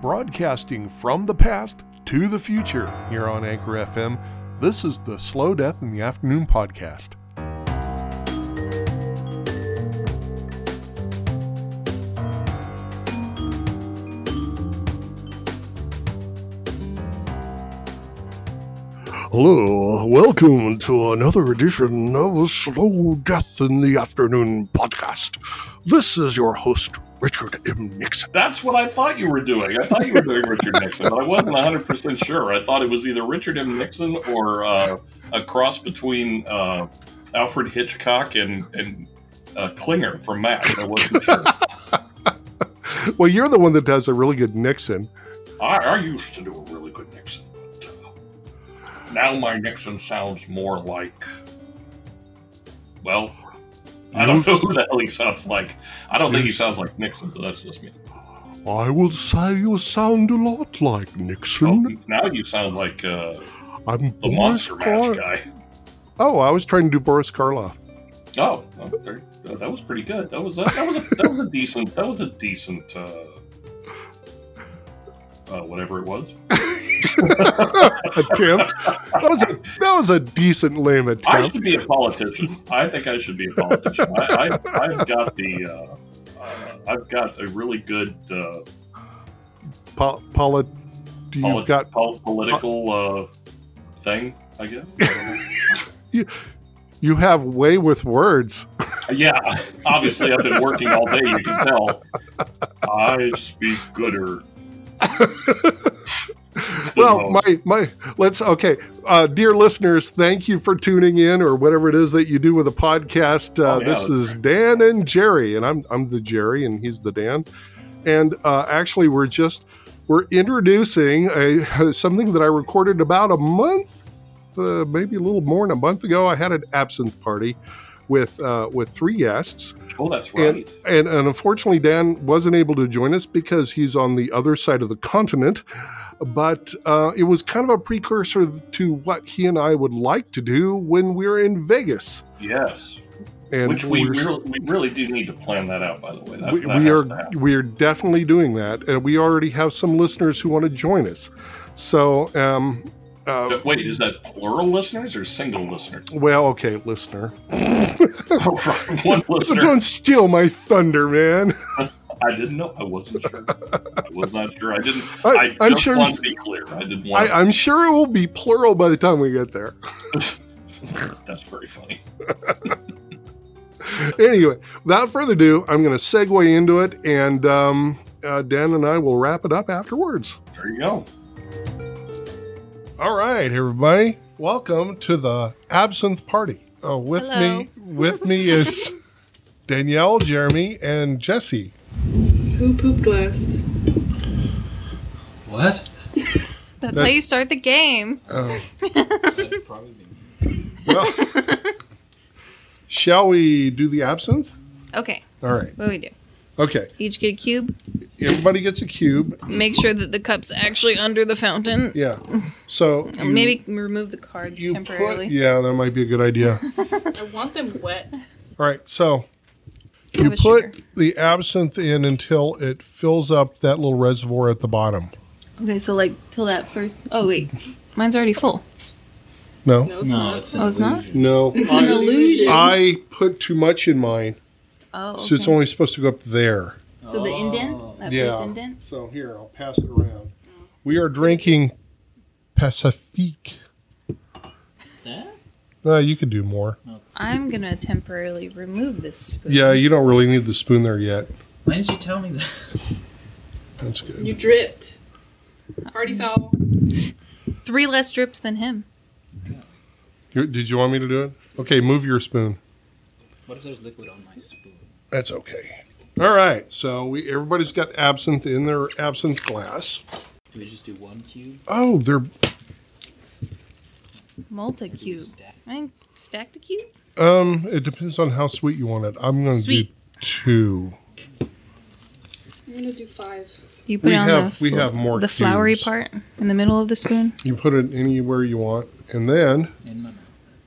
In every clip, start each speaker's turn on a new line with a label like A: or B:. A: broadcasting from the past to the future here on Anchor FM. This is the Slow Death in the Afternoon podcast. Hello, welcome to another edition of the Slow Death in the Afternoon podcast. This is your host, Richard M. Nixon.
B: That's what I thought you were doing. I thought you were doing Richard Nixon, but I wasn't 100% sure. I thought it was either Richard M. Nixon or uh, a cross between uh, Alfred Hitchcock and, and uh, Klinger from MASH. I wasn't sure.
A: Well, you're the one that does a really good Nixon.
B: I, I used to do a really good Nixon, but uh, now my Nixon sounds more like, well, I don't know who the hell he sounds like. I don't think he
A: Yes.
B: sounds like Nixon, but that's just me.
A: I will say you sound a lot like Nixon.
B: Oh, now you sound like uh,
A: I'm
B: the Monster
A: Karloff.
B: Mash guy.
A: Oh, I was trying to do Boris Karloff.
B: Oh, oh, there- uh, that was pretty good. That was a, that was a, that was a decent that was a decent uh, uh, whatever it was.
A: attempt. That was a that was a decent lame
B: I
A: attempt.
B: should be a politician. I think I should be a politician. I, I, I've got the uh, uh, I've got a really good uh,
A: Po- Paula, do
B: poli-
A: you've got
B: pol- political uh, thing. I guess.
A: you have way with words.
B: yeah, obviously I've been working all day. You can tell. I speak gooder.
A: Well,
B: most.
A: my my let's okay, uh, dear listeners, thank you for tuning in or whatever it is that you do with a podcast. Uh,
B: Oh, yeah,
A: this
B: that's
A: is Dan and Jerry, and I'm I'm the Jerry and he's the Dan, and uh, actually we're just we're introducing a something that I recorded about a month, uh, maybe a little more than a month ago. I had an absinthe party with uh, with three guests.
B: Oh, that's right.
A: and, and unfortunately dan wasn't able to join us because he's on the other side of the continent but uh, it was kind of a precursor to what he and i would like to do when we're in vegas
B: yes.
A: and
B: Which we
A: we're-
B: really, we really do need to plan that out, by the way. That,
A: we,
B: that
A: we
B: has
A: are
B: to happen.
A: we are definitely doing that and we already have some listeners who want to join us so um uh,
B: But Wait, is that plural listeners or single listeners?
A: well okay listener
B: One listener.
A: don't steal my thunder man
B: I didn't know. I wasn't sure. I was not sure. I didn't. I
A: I,
B: just
A: i'm sure
B: want to be clear. I didn't want.
A: I, i'm sure it will be plural by the time we get there
B: that's very funny.
A: anyway, without further ado, I'm going to segue into it, and um, uh, Dan and I will wrap it up afterwards.
B: There you go.
A: All right, everybody, welcome to the absinthe party. Uh, with me, with me is Danielle, Jeremy, and Jesse.
C: Who pooped last?
D: What?
E: That's
A: That-
E: how you start the game.
A: Uh,
D: That'd probably be me.
A: well, shall we do the absinthe?
E: Okay,
A: All right.
E: what do we do?
A: Okay.
E: Each get a cube.
A: Everybody gets a cube.
E: Make sure that the cup's actually under the fountain.
A: Yeah. So
E: Uh,
A: you-
E: Maybe remove the cards
A: you put-
E: temporarily.
A: yeah, that might be a good idea.
C: I want them wet.
A: All right. So You
E: Have a
A: put
E: sugar.
A: the absinthe in until it fills up that little reservoir at the bottom.
E: Okay, so like till that first. Oh wait, mine's already full.
A: No?
C: No, it's
D: No,
C: not.
D: it's an
E: Oh, it's not?
D: illusion.
A: No.
C: It's an illusion.
A: I put too much in mine,
E: Oh, okay.
A: so it's only supposed to go up there.
E: So the indent, that
A: Yeah.
E: first indent.
A: So here, I'll pass it around. We are drinking Pacifique.
D: That?
A: Uh, you could do more.
E: I'm gonna temporarily remove this spoon.
A: Yeah, you don't really need the spoon there yet.
D: Why didn't you tell me that?
A: That's good.
C: You dripped. Party foul.
E: Three less drips than him.
A: You- Did you want me to do it? Okay, move your spoon.
D: What if there's liquid on my spoon?
A: That's okay. All right, so we everybody's got absinthe in their absinthe glass.
D: Do we just do one cube?
A: Oh, they're
E: Multi
D: Or do we
E: cube.
D: stack?
E: I think stacked a cube.
A: Um, it depends on how sweet you want it. I'm gonna
E: Sweet.
A: do two.
C: I'm gonna do five.
E: You put
A: we
E: it on
A: have
E: the
A: we
E: fl-
A: have more
E: the floury
A: cubes.
E: part in the middle of the spoon.
A: You put it anywhere you want, and then
D: In my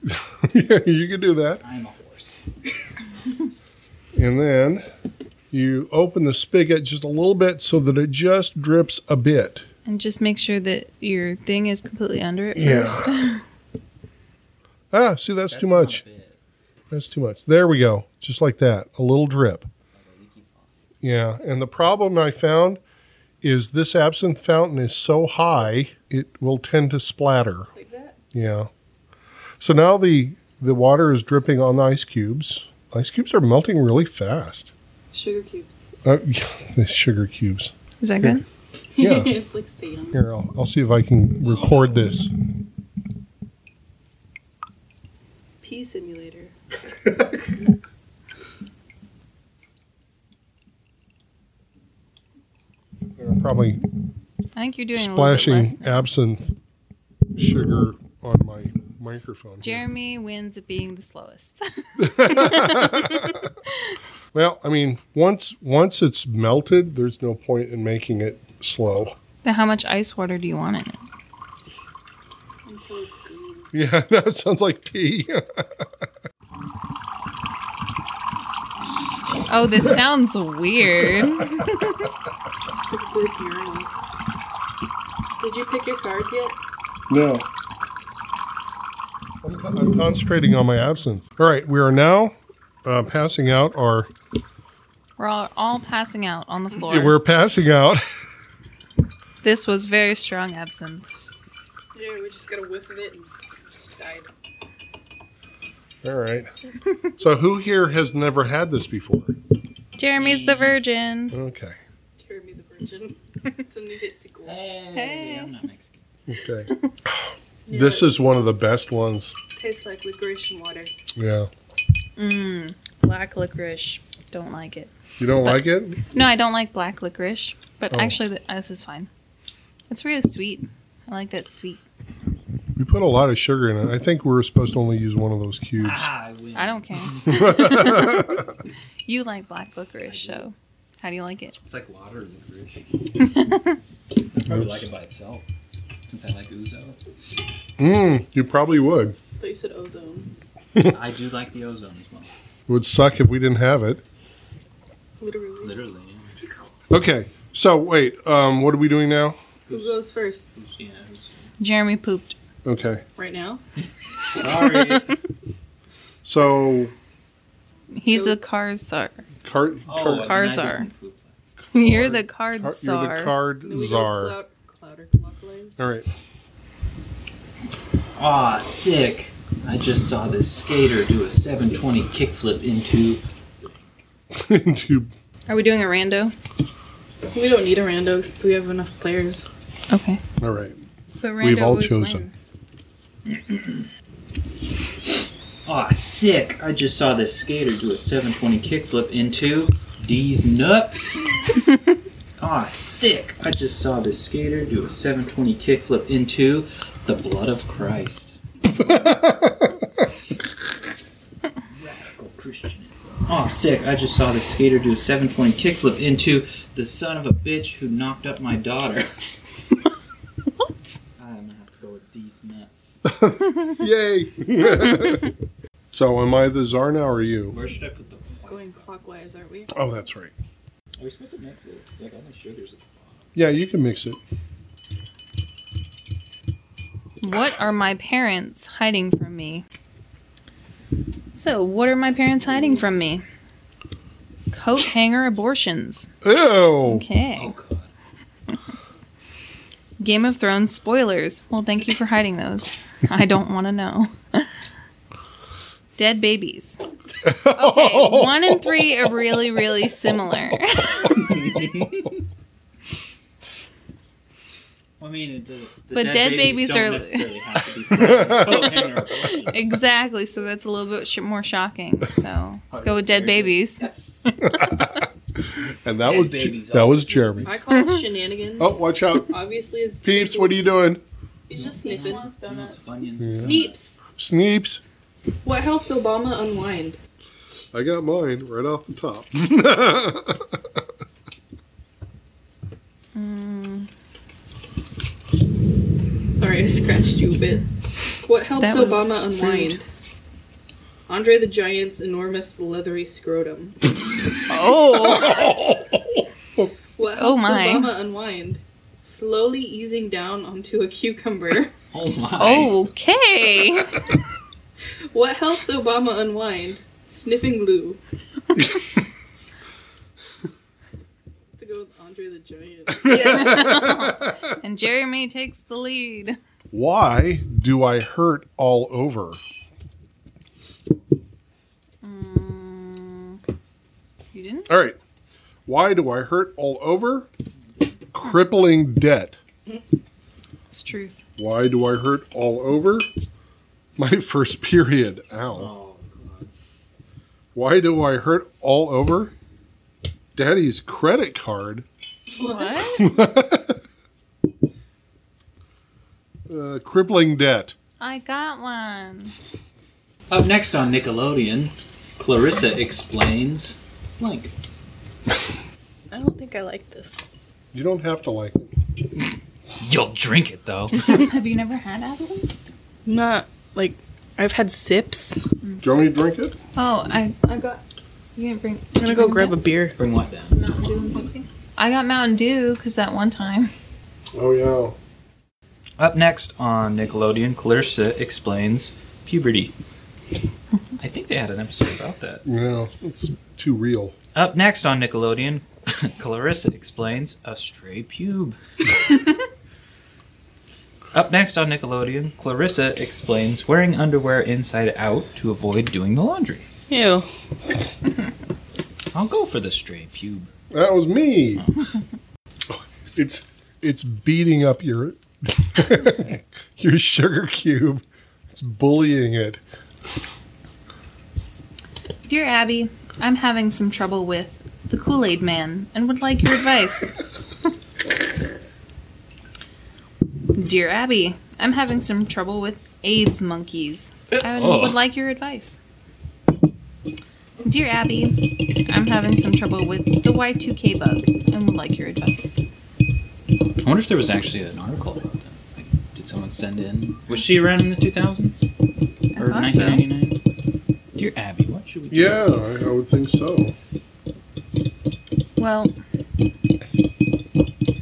D: mouth.
A: yeah, you can do that,
D: I'm a horse.
A: and then You open the spigot just a little bit so that it just drips a bit.
E: And just make sure that your thing is completely under it
A: Yeah.
E: first.
A: Ah, see, that's, too
F: not
A: much.
F: bad.
A: That's too much. There we go. Just like that. A little drip. Yeah. And the problem I found is this absinthe fountain is so high, it will tend to splatter.
C: Like that?
A: Yeah. So now the the water is dripping on the ice cubes. Ice cubes are melting really fast.
C: Sugar cubes.
A: Uh, the sugar cubes.
E: Is that good?
A: Yeah.
C: it's like Satan.
A: Here, I'll, I'll see if I can record this.
C: Pea simulator.
A: They're probably
E: I think you're doing a little bit
A: splashing
E: less. now.
A: absinthe sugar on my microphone. here.
E: Jeremy wins at being the slowest.
A: Well, I mean, once once it's melted, there's no point in making it slow.
E: then how much ice water do you want in it?
C: Until it's green.
A: Yeah, that sounds like tea.
E: Oh, this sounds weird.
C: It's weird urinal. Did you pick your cards yet?
A: No. I'm, con- I'm concentrating on my absinthe. All right, we are now uh, passing out our.
E: We're all, all passing out on the floor.
A: We're passing out.
E: This was very strong absinthe.
C: Yeah, we just got a whiff of it and just died.
A: All right. So, who here has never had this before?
E: Jeremy's
A: Mm.
E: the virgin.
A: Okay.
C: Jeremy the Virgin. it's a new hit sequel.
F: Hey,
E: Hey.
F: I'm not Mexican.
A: Okay. This is one of the best ones.
C: Tastes like licorice and water.
A: Yeah.
E: Mmm, black licorice. Don't like it.
A: You don't like it?
E: No, I don't like black licorice, but
A: Oh.
E: actually, th- this is fine. It's really sweet. I like that sweet.
A: We put a lot of sugar in it. I think we were supposed to only use one of those cubes.
F: Ah, I win.
E: I don't care. you like black licorice, so how do you like it?
F: It's like water licorice. I would like
A: Oops.
F: it by itself, since I like ouzo.
A: Mm, you probably would.
C: I thought you said ozone.
F: I do like the ozone as well.
A: It would suck if we didn't have it.
C: Literally.
F: Literally.
A: Okay. So, wait. Um, what are we doing now?
C: Who goes first?
F: Yeah.
E: Jeremy pooped.
A: Okay.
C: Right now?
F: Sorry.
A: So,
E: He's a card czar.
A: cart.
F: Oh,
A: cart-
F: I
E: Cars
F: mean, I
E: are.
F: didn't poop.
E: You're the card
A: Car-
E: czar.
A: you're the card
C: Do we go
A: czar.
C: Cloud, cloud or clockwise?
A: All right.
F: Aw, sick. I just saw this skater do a 720 kickflip into.
A: Into
E: Are we doing a rando?
C: We don't need a rando since we have enough players.
E: Okay.
A: all right.
E: But rando
A: We've all
E: was
A: chosen.
F: Aw, sick. I just saw this skater do a 720 kickflip into D's nuts. Aw, sick. I just saw this skater do a 720 kickflip into the blood of Christ. Radical Christianism. Aw, sick. I just saw this skater do a 720 kickflip into the son of a bitch who knocked up my daughter. I'm gonna have to go with D's nuts.
A: Yay. so, am I the czar now or you?
F: Where should I put the white?
C: Going clockwise, aren't we?
A: Oh, that's right.
F: Are we supposed to mix it? It's Like all my sugars.
A: Yeah, you can mix it.
E: mine. What are my parents hiding from me? So, what are my parents hiding from me? Coat hanger abortions.
A: Ew.
E: Okay.
F: Oh god.
E: Game of Thrones spoilers. Well, thank you for hiding those. I don't want to know. Dead babies. Okay, one and three are really, really similar.
F: Well, I mean, it does, the
E: But dead babies
F: don't
E: are-
F: necessarily have to be frozen. Oh, hang on.
E: exactly, so that's a little bit sh- more shocking. So let's go with dead babies.
A: And that
F: Dead
A: was
F: babies
A: that was
F: always do
A: Jeremy.
C: I call it shenanigans.
A: Oh, watch out,
C: Obviously, it's.
A: peeps! What are you doing?
C: He's just sniffing.
F: You want some onions?
C: Sneeps!
A: Sneeps.
C: What helps Obama unwind?
A: I got mine right off the top.
C: Sorry, I scratched you a bit. What helps
E: That was
C: Obama
E: rude.
C: unwind? Andre the Giant's enormous leathery scrotum.
E: Oh.
C: What
E: Oh
C: helps
E: my.
C: Obama unwind? Slowly easing down onto a cucumber.
F: Oh my.
E: Okay.
C: What helps Obama unwind? Sniffing glue. to go with Andre the Giant.
E: and Jeremy takes the lead.
A: Why do I hurt all over?
E: Mm. You didn't?
A: All right. Why do I hurt all over? Crippling debt.
E: It's truth.
A: Why do I hurt all over? My first period. Ow.
F: Oh, God.
A: Why do I hurt all over? Daddy's credit card.
E: What?
A: Uh, crippling debt.
E: I got one.
F: Up next on Nickelodeon, Clarissa explains blank.
C: I don't think I like this.
A: You don't have to like it.
F: You'll drink it though.
E: Have you never had absinthe?
C: Not like I've had sips.
A: Do you want me to drink it?
E: Oh, I I got. You didn't bring.
C: I'm gonna go grab a beer.
F: Bring what down?
E: Mountain Dew and Pepsi. I got Mountain Dew because that one time.
A: Oh, yeah.
F: Up next on Nickelodeon, Clarissa explains puberty. I think they had an episode about that.
A: Yeah, it's too real.
F: Up next on Nickelodeon, Clarissa explains a stray pube. Up next on Nickelodeon, Clarissa explains wearing underwear inside out to avoid doing the laundry.
C: Ew.
F: I'll go for the stray pube.
A: That was me. it's it's beating up your your sugar cube. It's bullying it.
E: Dear Abby, I'm having some trouble with the Kool Aid Man and would like your advice. Dear Abby, I'm having some trouble with AIDS monkeys and would like your advice. Dear Abby, I'm having some trouble with the Y2K bug and would like your advice.
F: I wonder if there was actually an article about that. Like, did someone send in? Was she around in the 2000s?
E: I
F: Or
E: thought so.
F: 1999? Dear Abby, what should we do?
A: Yeah, I, I would think so.
E: Well,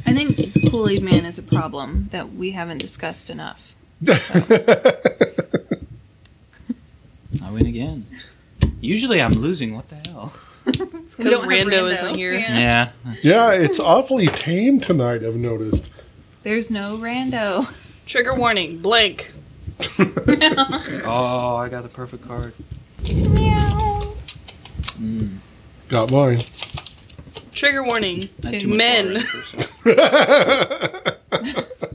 E: I think the Kool Aid Man is a problem that we haven't discussed enough.
F: I win again. Usually I'm losing. What the hell?
E: It's
C: 'cause Rando isn't here.
F: Yeah.
A: yeah, it's awfully tame tonight. I've noticed.
E: There's no rando.
C: Trigger warning. Blank.
F: Oh, I got the perfect card. Mm.
A: Got mine.
C: Trigger warning.
F: Not
E: Two
F: too much
C: men.
F: already, first of all.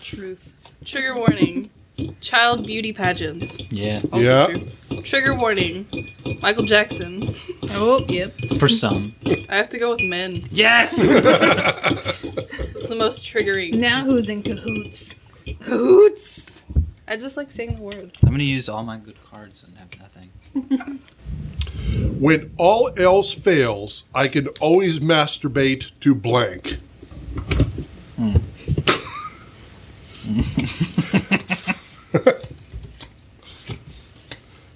E: Truth.
C: Trigger warning. Child beauty pageants.
F: Yeah,
C: Also
A: Yeah.
C: true. Trigger warning. Michael Jackson.
E: Oh, yep.
F: for some.
C: I have to go with men.
F: Yes!
C: It's the most triggering.
E: Now who's in cahoots?
C: Hoots. I just like saying the word.
F: I'm gonna use all my good cards and have nothing.
A: When all else fails, I can always masturbate to blank.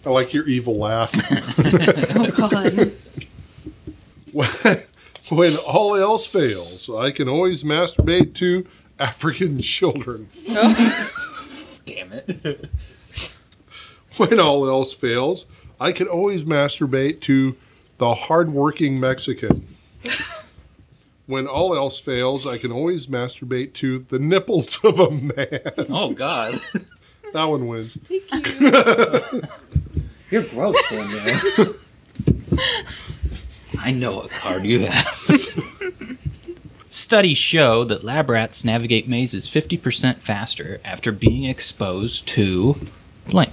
A: I like your evil laugh.
E: Oh God.
A: when all else fails, I can always masturbate to African children.
F: Damn it.
A: When all else fails, I can always masturbate to the hardworking Mexican. when all else fails, I can always masturbate to the nipples of a man.
F: oh god.
A: that one wins.
F: You're gross, man. I know what card you have. Studies show that lab rats navigate mazes 50% faster after being exposed to blank.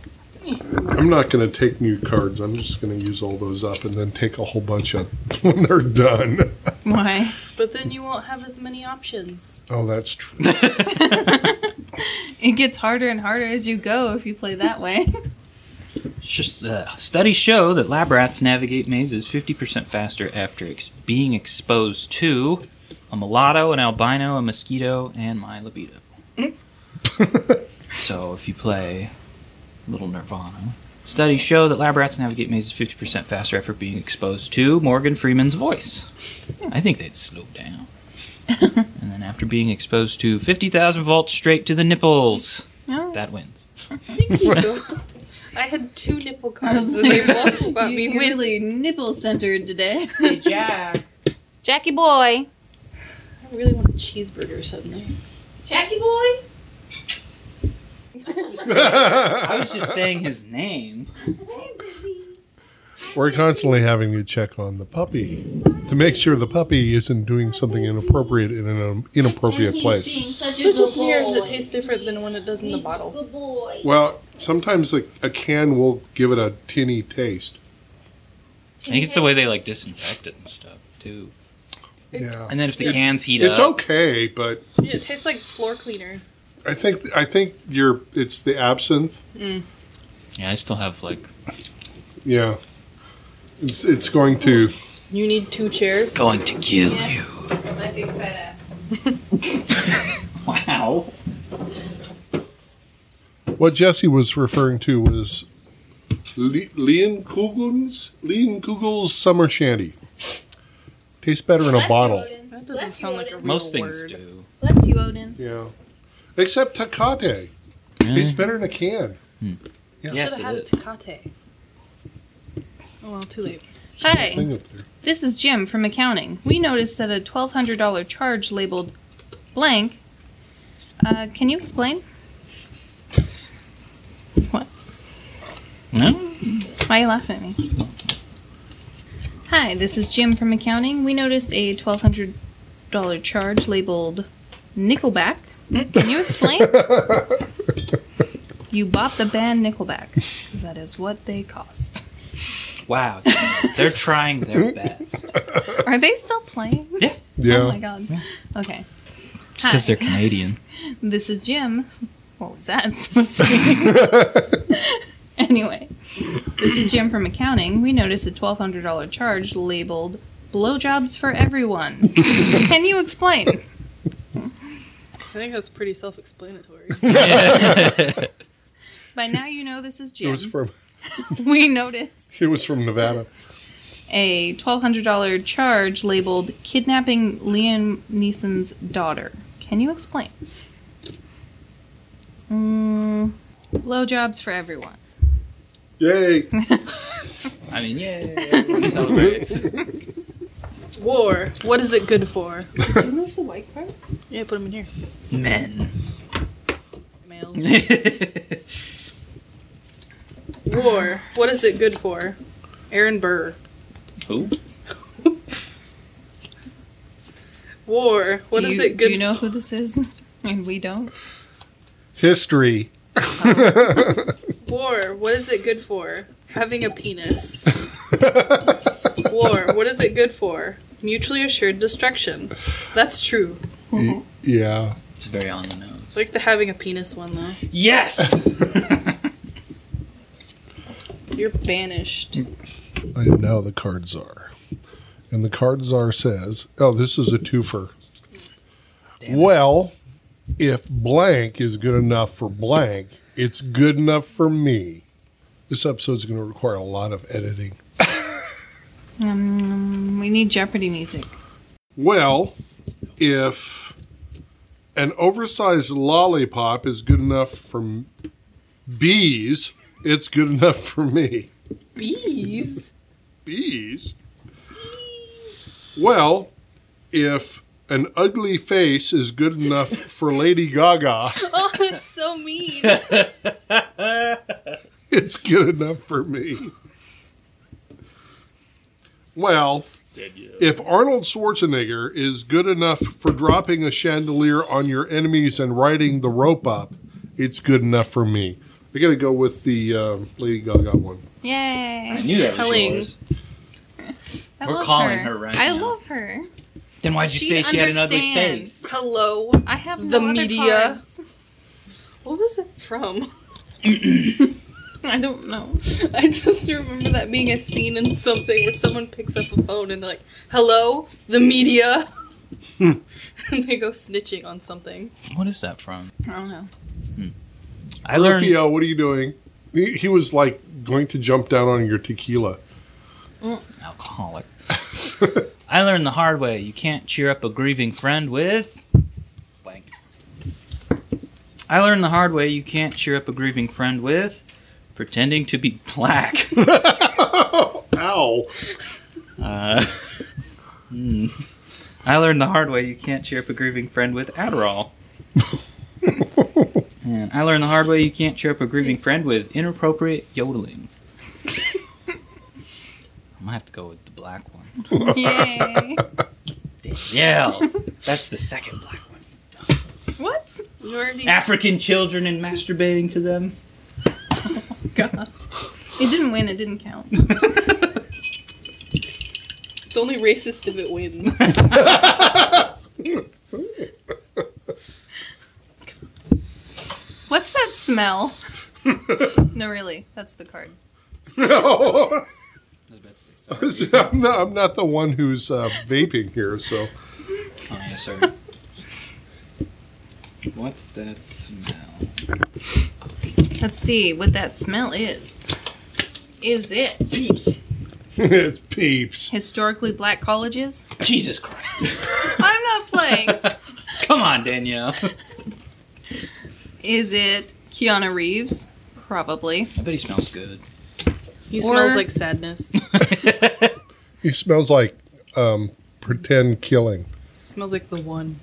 A: I'm not going to take new cards. I'm just going to use all those up and then take a whole bunch of when they're done.
E: Why?
C: But then you won't have as many options.
A: Oh, that's true.
E: It gets harder and harder as you go if you play that way.
F: It's just the studies show that lab rats navigate mazes 50% faster after ex- being exposed to a mulatto, an albino, a mosquito, and my libido. so if you play Little Nirvana, Studies show that lab rats navigate mazes 50% faster after being exposed to Morgan Freeman's voice. I think they'd slow down. and then after being exposed to 50,000 volts straight to the nipples,
E: Oh,
F: that wins.
C: Thank you. I had two nipple cards and they both but
E: you
C: me
E: you
C: win.
E: really nipple centered today.
D: Hey, Jack.
E: Jackie boy.
C: I really want a cheeseburger suddenly.
E: Jackie boy.
D: I was just saying his name.
A: We're constantly having to check on the puppy to make sure the puppy isn't doing something inappropriate in an um, inappropriate place.
E: such
C: Who just mirrors that tastes different than when it does in the bottle?
E: Good boy.
A: Well, sometimes a, a can will give it a tinny taste.
F: I think it's the way they like disinfect it and stuff too.
A: Yeah.
F: And then if the cans heat
A: Oh. It's
F: up,
A: okay, but
C: Yeah, it tastes like floor cleaner.
A: I think I think you're it's the absinthe.
F: yeah, I still have like
A: Yeah. It's it's going to
C: You need two chairs.
F: going to kill you.
E: My big fat ass.
D: Wow.
A: what Jesse was referring to was Le- Leon Kugel's Leon Kugel's summer shandy. Tastes better in a bottle.
C: That doesn't sound like a real
F: Most things
C: word.
F: do.
E: Bless you, Odin.
A: Yeah. Except Takate. Tastes better in a can.
F: Yes,
C: Should
F: it
C: have had a
F: is.
C: Tecate. Oh well, too late.
E: Hi,
A: Thing up there.
E: this is Jim from accounting. We noticed that a $1,200 charge labeled blank. Uh, can you explain?
F: No?
E: Why are you laughing at me? Hi, this is Jim from accounting. We noticed a $1,200 charge labeled Nickelback. Can you explain? you bought the band Nickelback, 'cause that is what they cost.
F: Wow. They're trying their best.
E: Are they still playing?
A: Yeah.
E: Oh my god. Okay.
F: Just because they're Canadian.
E: This is Jim. What was that supposed to be? anyway, this is Jim from accounting. We noticed a $1,200 charge labeled blowjobs for everyone. Can you explain?
C: I think that's pretty self-explanatory.
E: By now you know this is
A: It
E: Jim.
A: was from
E: we noticed
A: it was from Nevada.
E: a $1,200 charge labeled kidnapping Liam Neeson's daughter. Can you explain? Mm, blowjobs for everyone.
A: Yay.
F: I mean, yeah, everyone celebrates.
C: War. What is it good for?
E: Did you move the white card?
C: Yeah, put them in here.
F: Men.
C: Males. War. What is it good for? Aaron Burr.
F: Who?
C: War. What
E: do
C: is
E: you,
C: it good
E: Do you know who this is? And we don't.
A: History.
C: War. What is it good for? Having a penis. War. What is it good for? Mutually assured destruction. That's true.
A: yeah.
F: It's very on the nose.
C: Like the having a penis one though.
F: Yes!
C: You're banished.
A: And now the card czar. And the card czar says, oh, this is a twofer. well, if blank is good enough for blank, it's good enough for me. This episode's going to require a lot of editing.
E: Um, we need Jeopardy music.
A: Well, if an oversized lollipop is good enough for m- bees, it's good enough for me.
C: Bees.
A: bees. Well, if an ugly face is good enough for Lady Gaga,
C: Oh, it's so mean.
A: it's good enough for me. Well, if Arnold Schwarzenegger is good enough for dropping a chandelier on your enemies and riding the rope up, it's good enough for me. I gotta go with the um, Lady Gaga one.
F: I
E: Yay!
F: knew that was
C: Telling.
F: yours.
E: I
F: We're
E: love
F: calling her right
E: I
F: now.
E: love her.
F: Then why'd you
E: She'd
F: say she had an ugly
E: understand.
F: face?
C: Hello.
E: I have no
C: The
E: other
C: media.
E: cards.
C: What was it from?
E: I don't know.
C: I just remember that being a scene in something where someone picks up a phone and they're like, "Hello, the media," and they go snitching on something.
F: What is that from?
E: I don't know.
F: I learned.
A: Rufio, what are you doing? He, he was like going to jump down on your tequila.
F: Alcoholic. I learned the hard way. You can't cheer up a grieving friend with. Blank. I learned the hard way. You can't cheer up a grieving friend with pretending to be black.
A: Ow.
F: Uh, hmm. I learned the hard way you can't cheer up a grieving friend with Adderall. and I learned the hard way you can't cheer up a grieving friend with inappropriate yodeling. I'm gonna have to go with the black one.
E: Yay.
F: Danielle! That's the second black one.
E: what?
C: You already-
F: African children and masturbating to them.
E: God. It didn't win, it didn't count.
C: It's only racist if it wins.
E: What's that smell? no, really. That's the card.
A: No. I'm not, I'm not the one who's uh, vaping here, so
F: Oh, yes, sir.
D: What's that smell?
E: Let's see what that smell is. Is it
A: it's peeps.
E: historically black colleges?
F: Jesus Christ.
E: I'm not playing.
F: Come on, Danielle.
E: Is it Keanu Reeves? Probably.
F: I bet he smells good.
C: He
E: Or-
C: smells like sadness.
A: He smells like um, pretend killing.
C: smells like the one.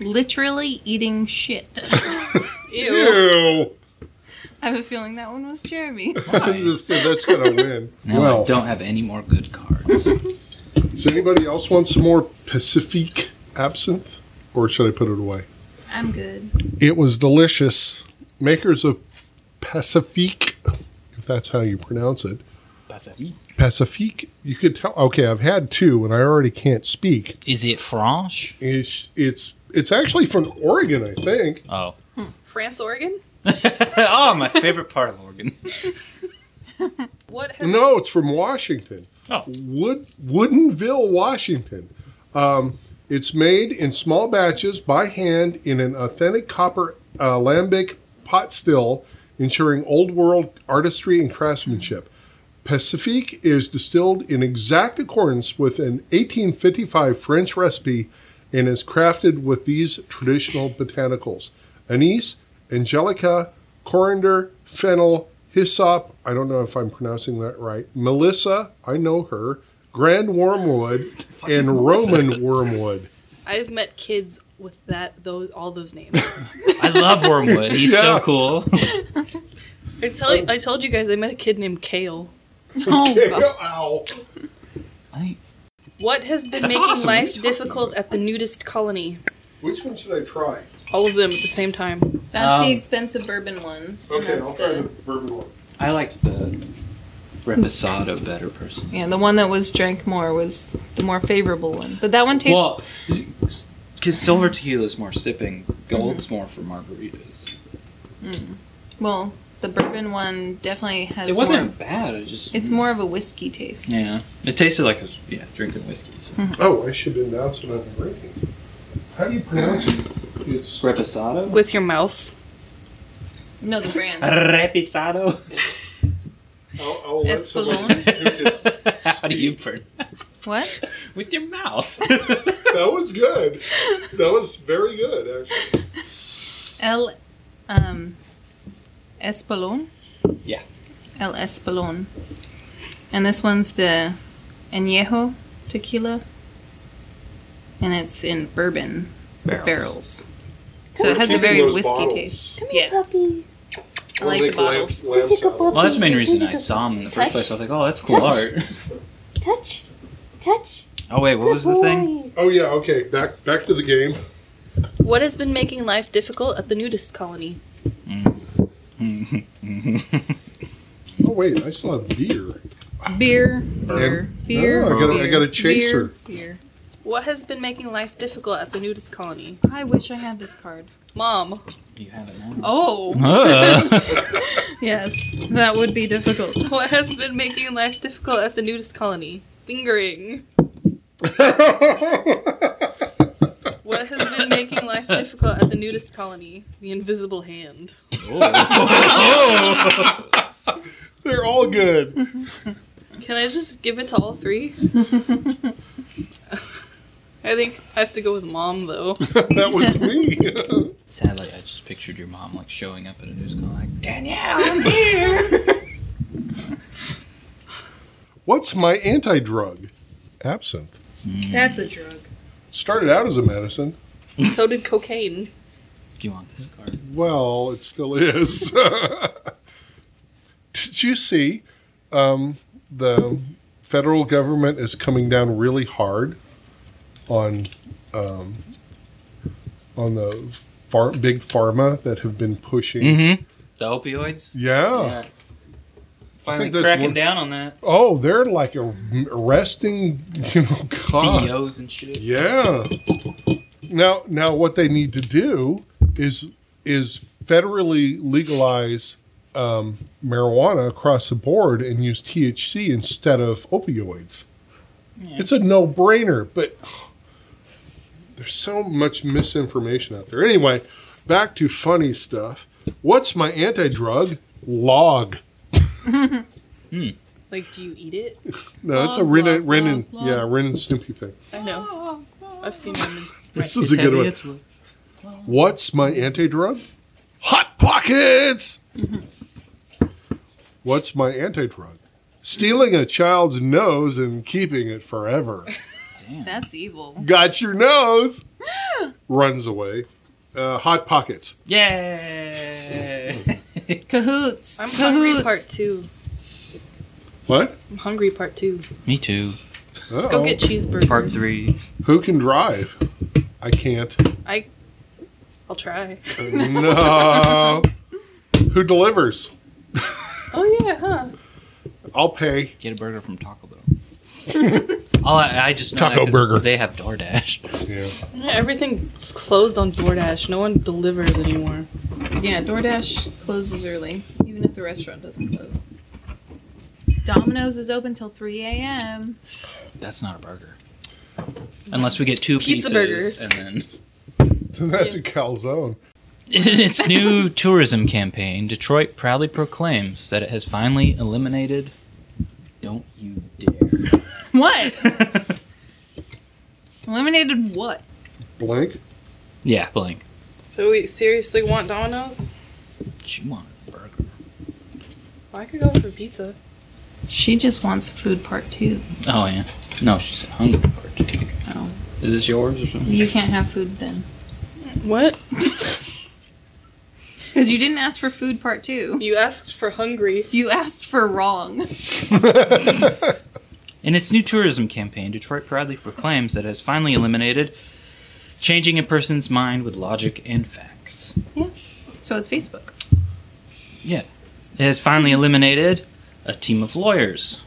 E: Literally eating shit.
C: Ew.
E: I have a feeling that one was Jeremy.
A: so that's gonna win.
F: Now I
A: well,
F: don't have any more good cards.
A: does anybody else want some more Pacific absinthe, or should I put it away?
E: I'm good.
A: It was delicious. Makers of Pacifique, if that's how you pronounce it. Pacifique, you could tell. Okay, I've had two, and I already can't speak.
F: Is it French?
A: It's it's it's actually from Oregon, I think.
F: Oh.
C: France, Oregon?
F: oh, my favorite part of Oregon.
C: What has
A: No, it's from Washington.
F: Oh.
A: Wood Woodenville, Washington. Um, it's made in small batches by hand in an authentic copper uh, lambic pot still, ensuring old world artistry and craftsmanship. Pacifique is distilled in exact accordance with an 1855 French recipe and is crafted with these traditional botanicals anise, angelica, coriander, fennel, hyssop. I don't know if I'm pronouncing that right. Melissa, I know her. Grand wormwood and Roman wormwood.
C: I've met kids with that those all those names.
F: I love Wormwood. He's
A: Yeah.
F: so cool.
C: I tell you, I told you guys I met a kid named Kale.
E: Oh, God.
A: Ow.
F: I,
C: What has been
F: That's
C: making
F: awesome. What are you
C: life
F: talking
C: difficult at the nudist colony?
A: Which one should I try?
C: All of them at the same time.
E: That's
F: Um,
E: the expensive bourbon one. and
A: Okay,
E: that's
A: I'll try the
E: the,
A: bourbon one.
F: I liked the Reposado better person.
E: yeah, the one that was drank more was the more favorable one. But that one tastes.
F: Well, because silver tequila is more sipping, gold's
E: Mm-hmm.
F: more for margaritas.
E: Well, the bourbon one definitely has.
F: it wasn't
E: More,
F: bad. It just
E: it's more of a whiskey taste.
F: Yeah, it tasted like I was yeah drinking whiskey. So.
E: Mm.
A: Oh, I should announce what I'm drinking. How do you pronounce it? It's
F: Reposado.
C: With your mouth.
E: No, the brand.
F: Reposado.
A: I'll, I'll let someone-
F: How do you burn?
E: what?
F: With your mouth.
A: That was good. That was very good, actually.
E: El um, Espolón.
F: Yeah.
E: El Espolón. And this one's the Añejo tequila, and it's in bourbon barrels. So it has a
A: Keeping
E: very
A: those
E: whiskey
A: bottles.
E: taste. yes, I
A: We'll
E: like the
A: make lamb-
E: bottles.
A: lamb
G: Where's your
A: salad.
G: bottle?
F: Well, that's the main reason I saw him in the first place. I was like, oh, that's cool art.
G: Touch, touch.
F: Oh wait, what was the thing?
A: Oh yeah, okay. Back back to the game.
C: What has been making life difficult at the nudist colony?
A: Oh wait, I saw a beer.
E: beer, beer, beer.
A: Oh, I gotta- I
E: beer,
A: gotta chase
E: beer,
A: her.
E: beer.
C: What has been making life difficult at the nudist colony?
E: I wish I had this card.
C: Mom.
F: You have it now.
E: Oh,
F: Uh,
E: yes, that would be difficult.
C: What has been making life difficult at the nudist colony? Fingering. What has been making life difficult at the nudist colony? The invisible hand.
F: oh.
H: They're all good.
C: Can I just give it to all three? I think I have to go with mom though.
A: that was me.
F: Sadly, I just pictured your mom like showing up at a news call like,
A: What's my anti drug? Absinthe.
I: That's a drug.
A: Started out as a medicine.
C: so did cocaine.
F: "Do you want this card?"
A: Well, it still is. Did you see um, the federal government is coming down really hard on um, on the far- big pharma that have been pushing?
F: Mm-hmm. The opioids.
A: Yeah.
F: Finally
A: that's
F: cracking
A: one-
F: down on that.
A: Oh, they're like a- arresting, you know, God.
F: CEOs E and shit.
A: Yeah. Now, now what they need to do is is federally legalize um, marijuana across the board and use THC instead of opioids. It's a no brainer, but there's so much misinformation out there. Anyway, back to funny stuff. What's my anti drug? Log.
C: Like, do you eat it?
A: No, it's a Ren, and- Ren and yeah, Ren and Snoopy thing.
C: I know. I've seen them.
A: This is a good one. What's my anti drug? Hot Pockets! What's my anti drug? Stealing a child's nose and keeping it forever.
E: That's evil.
A: Got your nose! Runs away. Uh, hot Pockets.
F: Yay!
E: Cahoots.
C: I'm hungry
E: Cahoots.
C: part two.
A: What?
C: I'm hungry part two.
F: Me too.
A: Uh-oh.
C: Go get cheeseburgers.
F: Part three.
A: Who can drive? I can't.
C: I'll try.
A: no. Who delivers?
C: Oh yeah, huh?
A: I'll pay.
F: Get a burger from Taco Bell. All I, I just know
H: Taco
F: that 'cause
H: burger.
F: They have DoorDash.
A: Yeah.
C: Yeah, everything's closed on DoorDash. No one delivers anymore.
E: Yeah, DoorDash closes early, even if the restaurant doesn't close. Domino's is open till 3 a.m.
F: That's not a burger. Unless we get two
C: Pizza
F: pizzas
C: burgers.
F: and then
A: So that's a calzone.
F: In its new tourism campaign, Detroit proudly proclaims that it has finally eliminated Don't You Dare.
E: What? Eliminated what?
A: Blank.
F: yeah, blank.
C: So we seriously want Domino's?
F: She wanted a burger.
C: I could go for pizza.
E: She just wants food part two.
F: Oh, yeah. No, she said hungry part two.
E: Oh.
F: Is this yours or something?
E: You can't have food then.
C: What?
E: Because you didn't ask for food part two.
C: You asked for hungry.
E: You asked for wrong.
F: In its new tourism campaign, Detroit proudly proclaims that it has finally eliminated changing a person's mind with logic and facts.
E: So it's Facebook.
F: It has finally eliminated a team of lawyers.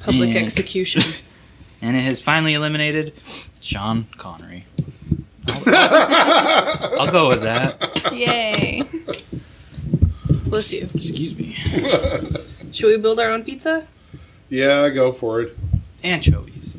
C: Public
F: Yeah.
C: execution.
F: and it has finally eliminated Sean Connery. I'll, I'll go with that.
E: Yay.
C: Bless you.
F: Excuse me.
C: Should we build our own pizza?
A: Yeah, go for it.
F: Anchovies.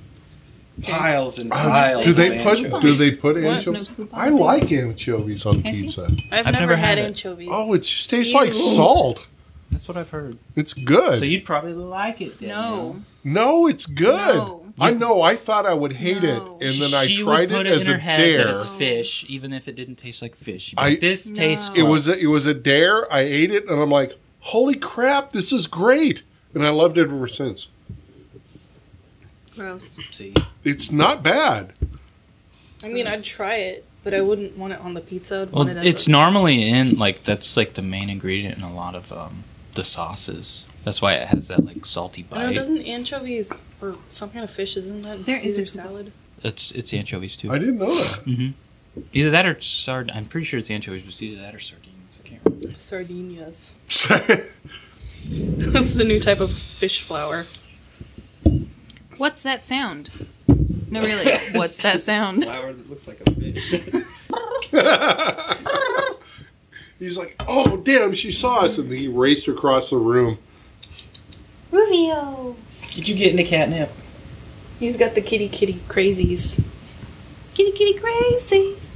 H: Piles and
A: Oh,
H: piles.
A: do
H: of
A: they put
H: anchovies.
A: do they put
E: What?
A: anchovies?
E: No coupon?
A: I like anchovies on
E: I see.
A: pizza.
C: I've,
F: I've
C: never,
F: never
C: had,
F: had it.
C: anchovies.
A: Oh, it just tastes
E: Ew.
A: like salt.
F: That's what I've heard.
A: It's good.
F: So you'd probably like it. Then,
E: No.
A: no, it's good.
E: No.
A: I know. I thought I would hate
E: No.
A: it, and then
F: she
A: I tried
F: would put
A: it
F: it,
A: as
F: in her
A: a
F: head that
A: dare.
F: it's
E: No.
F: fish, even if it didn't taste like fish. She'd be
A: I-
F: like, this
E: No.
F: tastes.
A: It was a, it was a dare. I ate it, and I'm like, holy crap, this is great, and I loved it ever since.
E: Gross.
F: See,
A: It's not bad.
C: I mean, I'd try it, but I wouldn't want it on the pizza. I'd
F: well,
C: want it as
F: it's
C: a-
F: normally in like that's like the main ingredient in a lot of um, the sauces. That's why it has that like salty
C: I know,
F: bite.
C: doesn't anchovies or some kind of fish isn't that in
E: There is
C: Caesar
E: a-
C: salad?
F: It's it's anchovies too.
A: I didn't know that.
F: Either that or sard. I'm pretty sure it's anchovies, but it's either that or sardines. I can't remember.
C: Sardinas. That's the new type of fish flour.
E: What's that sound? No, really. What's that sound?
H: Flower that looks like a bitch.
A: He's like, oh damn, she saw us, and then he raced across the room.
G: Ruvio.
D: Did you get into catnip?
C: He's got the kitty kitty crazies.
G: Kitty kitty crazies.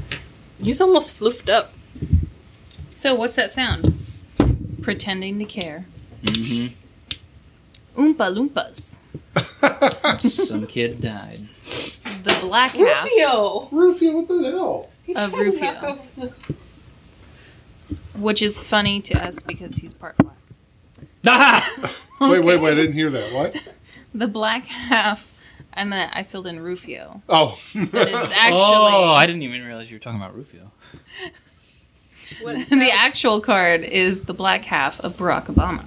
C: He's almost floofed up.
E: So, what's that sound? Pretending to care.
F: Mm-hmm.
E: Oompa Loompas.
F: Some kid died.
E: The black half.
C: Rufio.
A: Rufio, what the hell?
C: He
E: Of
C: tried to
E: Rufio.
C: knock over the-
E: Which is funny to us because he's part black.
F: Ah!
A: Wait, wait,
E: Okay.
A: wait! I didn't hear that. What?
E: The black half. I meant I filled in Rufio.
A: Oh,
E: But it's actually
F: Oh, I didn't even realize you were talking about Rufio.
C: What is
E: the
C: that?
E: actual card is the black half of Barack Obama.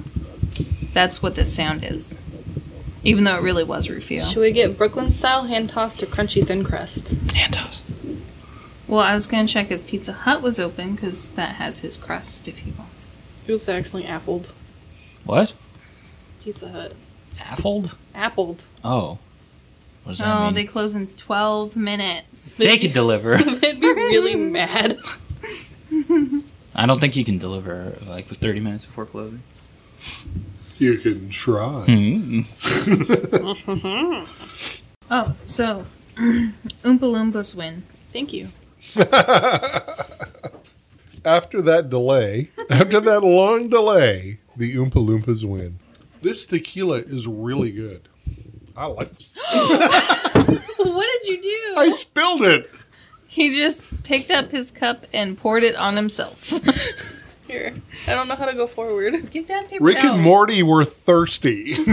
E: That's what this sound is. Even though it really was Rufio.
C: Should we get Brooklyn style hand tossed or crunchy thin crust?
F: Nantos.
E: Well, I was gonna check if Pizza Hut was open because that has his crust if he wants.
C: Oops, I accidentally appled.
F: What?
C: Pizza Hut.
F: Affold?
C: Appled.
F: Oh. What does that
E: Oh,
F: mean?
E: they close in twelve minutes.
F: They could deliver.
C: They'd be really mad.
F: I don't think you can deliver like with 30 minutes before closing.
A: you can try.
F: Mm-hmm.
E: Oh, so Oompa Loompas win.
C: Thank you.
A: after that delay, after that long delay, the Oompa Loompas win. This tequila is really good. I like this.
E: what did you do?
A: I spilled it.
E: He just picked up his cup and poured it on himself.
C: Here. I don't know how to go forward.
E: Give Dad paper
A: Rick
E: towels.
A: and Morty were thirsty.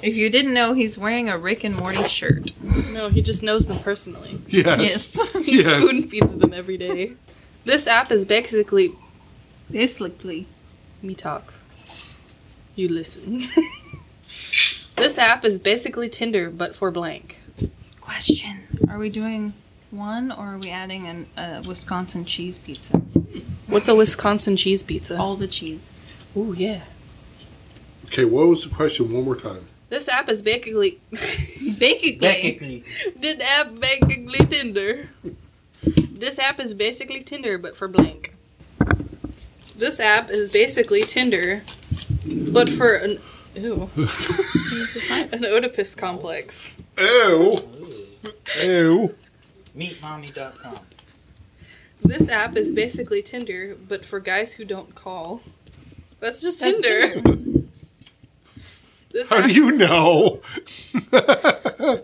E: If you didn't know, he's wearing a Rick and Morty shirt.
C: No, he just knows them personally.
A: yes.
E: Yes.
C: He
A: Yes.
C: spoon feeds them every day. This app is basically
E: This look, please.
C: me talk. You listen. this app is basically Tinder, but for blank.
E: Question. Are we doing one or are we adding an, a Wisconsin cheese pizza?
C: What's a Wisconsin cheese pizza?
E: All the cheese.
C: Oh, yeah.
A: Okay, what was the question one more time?
C: This app is basically.
E: Basically.
C: This app basically Tinder. This app is basically Tinder, but for blank. This app is basically Tinder, but for an ew,
E: This is mine.
C: an Oedipus complex.
A: Ew. Ew.
D: Meetmommy.com.
C: This app is basically Tinder, but for guys who don't call. That's just
E: That's
C: Tinder. This
A: How
C: app,
A: do you know?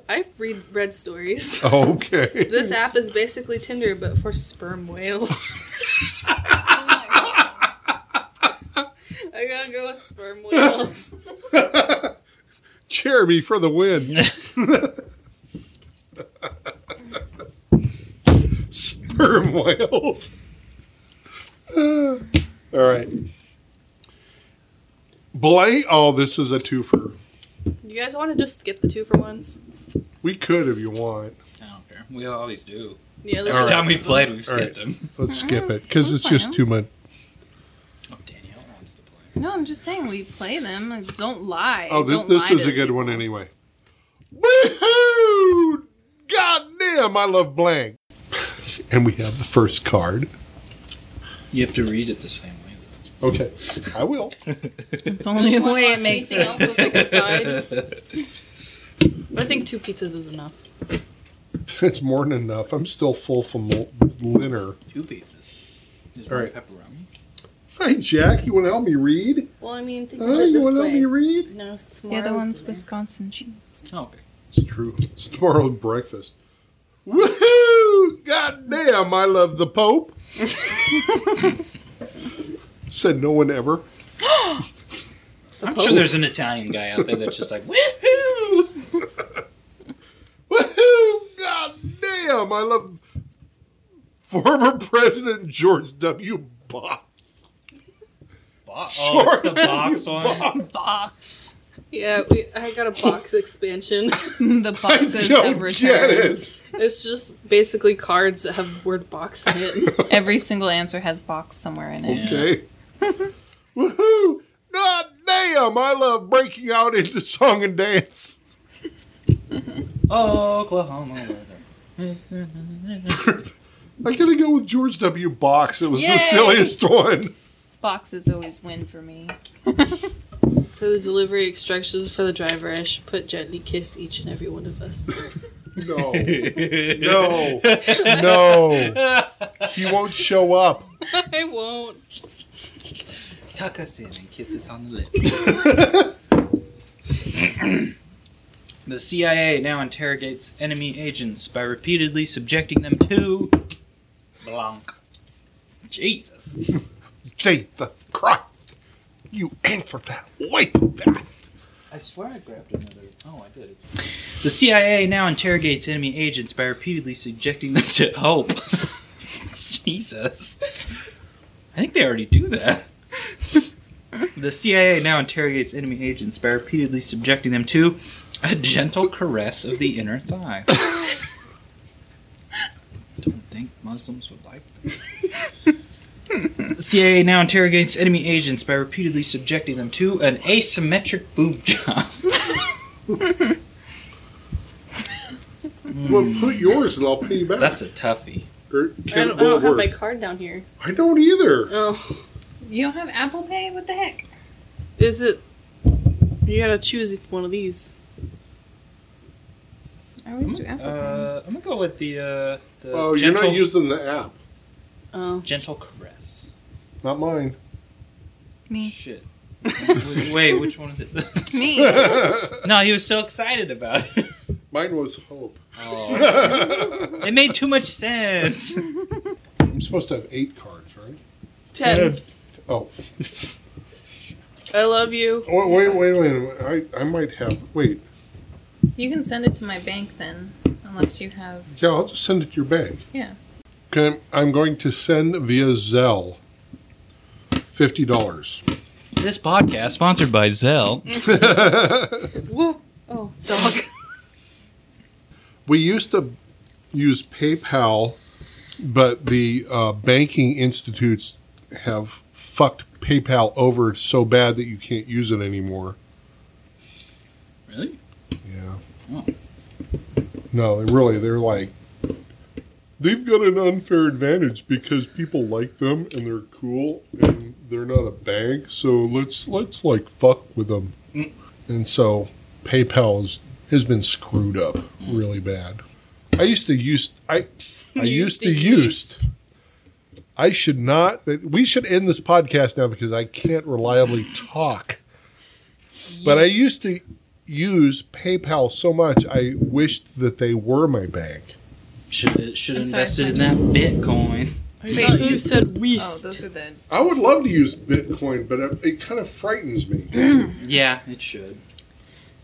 C: I read read stories.
A: okay.
C: This app is basically Tinder, but for sperm whales. I gotta go with sperm whales.
A: Jeremy for the win. Sperm whale. Uh, all right. Blank. Oh, this is a twofer.
C: You guys want to just skip the two for ones?
A: We could if you want.
F: I don't care. We always do.
C: Yeah,
A: All
F: Every
A: right.
F: time we played, we've
A: All
F: skipped them.
A: Let's skip it because
E: we'll
A: it's just
E: plan.
A: too much.
F: Oh, Danielle wants to play.
E: No, I'm just saying we play them. Like, Don't lie.
A: Oh, this,
E: Don't
A: this
E: lie
A: is
E: to
A: a good
E: people.
A: one anyway. Woohoo! God damn, I love blank. And we have the first card.
F: You have to read it the same way.
A: Okay, I will.
E: It's only the way it makes
C: Anything
E: sense.
C: else is like a side. I think two pizzas is enough.
A: It's more than enough. I'm still full from l- dinner.
F: Two pizzas. Just
A: All
F: one
A: right.
F: pepperoni.
A: Hey, Jack, you want to help me read?
C: Well, I mean, think
A: Huh? You want to help me read?
C: No,
E: The other one's Wisconsin cheese.
F: Oh, okay.
A: It's true. It's tomorrow's breakfast. Woohoo! God damn, I love the Pope. Said no one ever.
F: I'm sure there's an Italian guy out there that's just like,
C: Woohoo!
A: Woohoo! God damn, I love former President George W. Box.
F: "Bo- oh, it's the box one.
E: Box.
C: Yeah, we, I got a box expansion.
E: the
A: I
E: boxes have
A: don't get
E: returned.
A: it.
C: It's just basically cards that have word box in it.
E: Every single answer has box somewhere in it.
A: Okay. Woohoo! God damn, I love breaking out into song and dance.
F: Oklahoma weather.
A: I gotta go with George W. Box. It was
E: Yay!
A: the silliest one.
E: Boxes always win for me.
C: For the delivery instructions for the driver, I should put gently kiss each and every one of us.
A: No. No. No. He won't show up.
C: I won't.
D: Tuck us in and kiss us on the lips.
F: The CIA now interrogates enemy agents by repeatedly subjecting them to Blanc.
E: Jesus.
A: Jesus Christ! You answered that way too fast.
D: I swear I grabbed another. Oh, I did.
F: The CIA now interrogates enemy agents by repeatedly subjecting them to hope. Jesus. I think they already do that. the CIA now interrogates enemy agents by repeatedly subjecting them to a gentle caress of the inner thigh. Don't think Muslims would like that. The CIA now interrogates enemy agents by repeatedly subjecting them to an asymmetric boob job.
A: Well, put yours and I'll pay you back.
F: That's a toughie.
A: Or
C: I
A: can-
C: don't, I
A: will
C: don't
A: it
C: have
A: work?
C: my card down here.
A: I don't either.
C: Oh,
E: You don't have Apple Pay? What the heck?
C: is it? You gotta choose one of these.
E: I always do Apple
F: Uh, I'm gonna go with the uh, the
A: Oh, you're
F: gentle,
A: not using the app.
C: Oh,
F: gentle caress.
A: Not mine.
E: Pay. Me.
F: Shit. Wait, wait, which one is it?
E: Mm. Me.
F: no, he was so excited about it.
A: mine was hope.
F: Oh,
A: I'm
F: it made too much sense.
A: supposed to have eight cards, right?
C: ten.
A: Oh,
C: I love you.
A: wait, wait, wait, wait. a minute. I, I might have. Wait.
E: You can send it to my bank then, unless you have. oh,
A: Yeah, I'll just send it to your bank.
E: Yeah.
A: Okay, I'm going to send via Zelle. Fifty dollars.
F: this podcast sponsored by Zell.
C: Whoa. Oh, dog.
A: we used to use PayPal, but the uh, banking institutes have fucked PayPal over so bad that you can't use it anymore.
F: Really?
A: Yeah.
F: Oh.
A: No, they really they're like they've got an unfair advantage because people like them and they're cool and they're not a bank, so let's let's like fuck with them. And so PayPal is, has been screwed up really bad. I used to use I I used to used I should not we should end this podcast now because I can't reliably talk. But I used to use PayPal so much, I wished that they were my bank.
F: Should should
E: I'm sorry,
F: invested in
E: I-
F: that Bitcoin.
C: Wait, who said we?
E: Oh, those are the.
A: I would love to use Bitcoin, but it, it kind of frightens me.
F: Yeah, it should.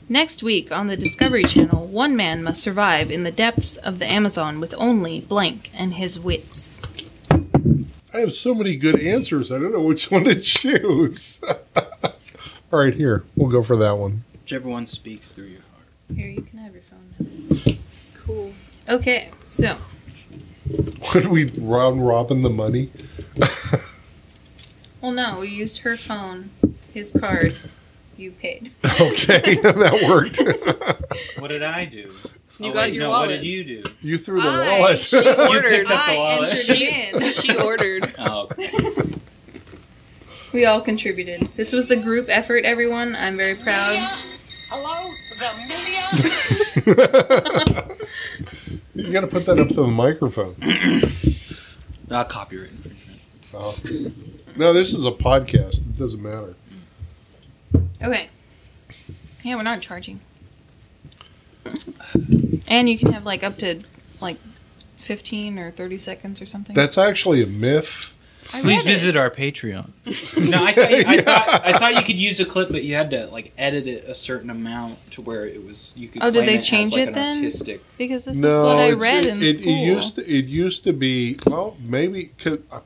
E: Next week on the Discovery Channel, one man must survive in the depths of the Amazon with only blank and his wits.
A: I have so many good answers. I don't know which one to choose. All right, here we'll go for that one.
F: Whichever one speaks through your heart.
E: Here, you can have your phone.
C: Cool.
E: Now. Okay, so
A: Would we round robin the money?
E: well, no, we used her phone, his card. You paid.
A: Okay, that worked.
F: What did I do?
C: You
F: Oh,
C: got
F: wait,
C: your
F: no, What
C: wallet.
F: did you do?
A: you threw the
C: I-
A: wallet.
C: she ordered.
F: up the
E: I
F: wallet.
E: entered it in.
C: she ordered.
F: Oh, okay.
E: We all contributed. This was a group effort, everyone. I'm very proud.
A: you got to put that up to the microphone.
F: Not copyright infringement.
A: Oh. No, this is a podcast. It doesn't matter.
E: Okay. Yeah, we're not charging. And you can have like up to like 15 or 30 seconds or something.
A: That's actually a myth.
E: I
F: Please
E: read it.
F: visit our Patreon. no, I, thought, I, thought, I thought you could use a clip, but you had to like edit it a certain amount to where it was you could.
E: Oh, did
F: claim
E: they
F: as,
E: change
F: like,
E: it
F: an
E: then?
F: Artistic.
E: because this is what I
A: it's-
E: read
A: it,
E: in
A: it,
E: school.
A: It used to, it used to be well, maybe 'cause, uh,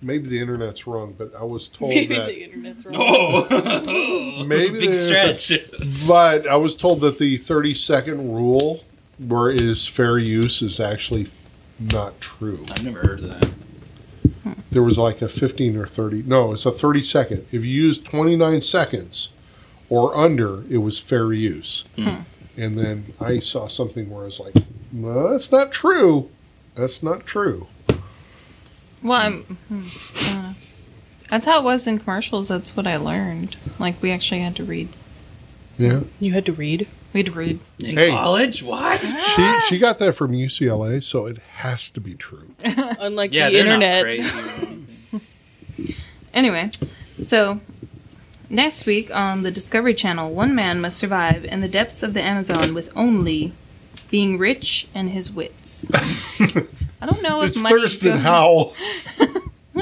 A: maybe the internet's wrong, but I was told
C: Maybe
A: that.
C: the internet's wrong.
F: Oh,
A: Maybe
F: big
A: there's
F: stretch.
A: But I was told that the thirty second rule, where it is fair use, is actually not true.
F: I've never heard of that.
A: There was like a fifteen or thirty. No, it's a thirty second. If you used twenty nine seconds or under, it was fair use.
E: Hmm.
A: And then I saw something where I was like, "No, that's not true. That's not true."
E: Well, I'm, hmm, I don't know. That's how it was in commercials. That's what I learned. Like we actually had to read.
A: Yeah.
C: You had to read.
E: We had to read.
F: In
A: Hey.
F: college? What?
A: She she got that from UCLA, so it has to be true.
C: Unlike
F: Yeah,
C: the
F: they're
C: internet.
F: not crazy.
E: Anyway, so Next week on the Discovery Channel, one man must survive in the depths of the Amazon with only being rich and his wits. I don't know if
A: it's
E: money.
A: Thurston
E: goes-
A: Howell.
E: I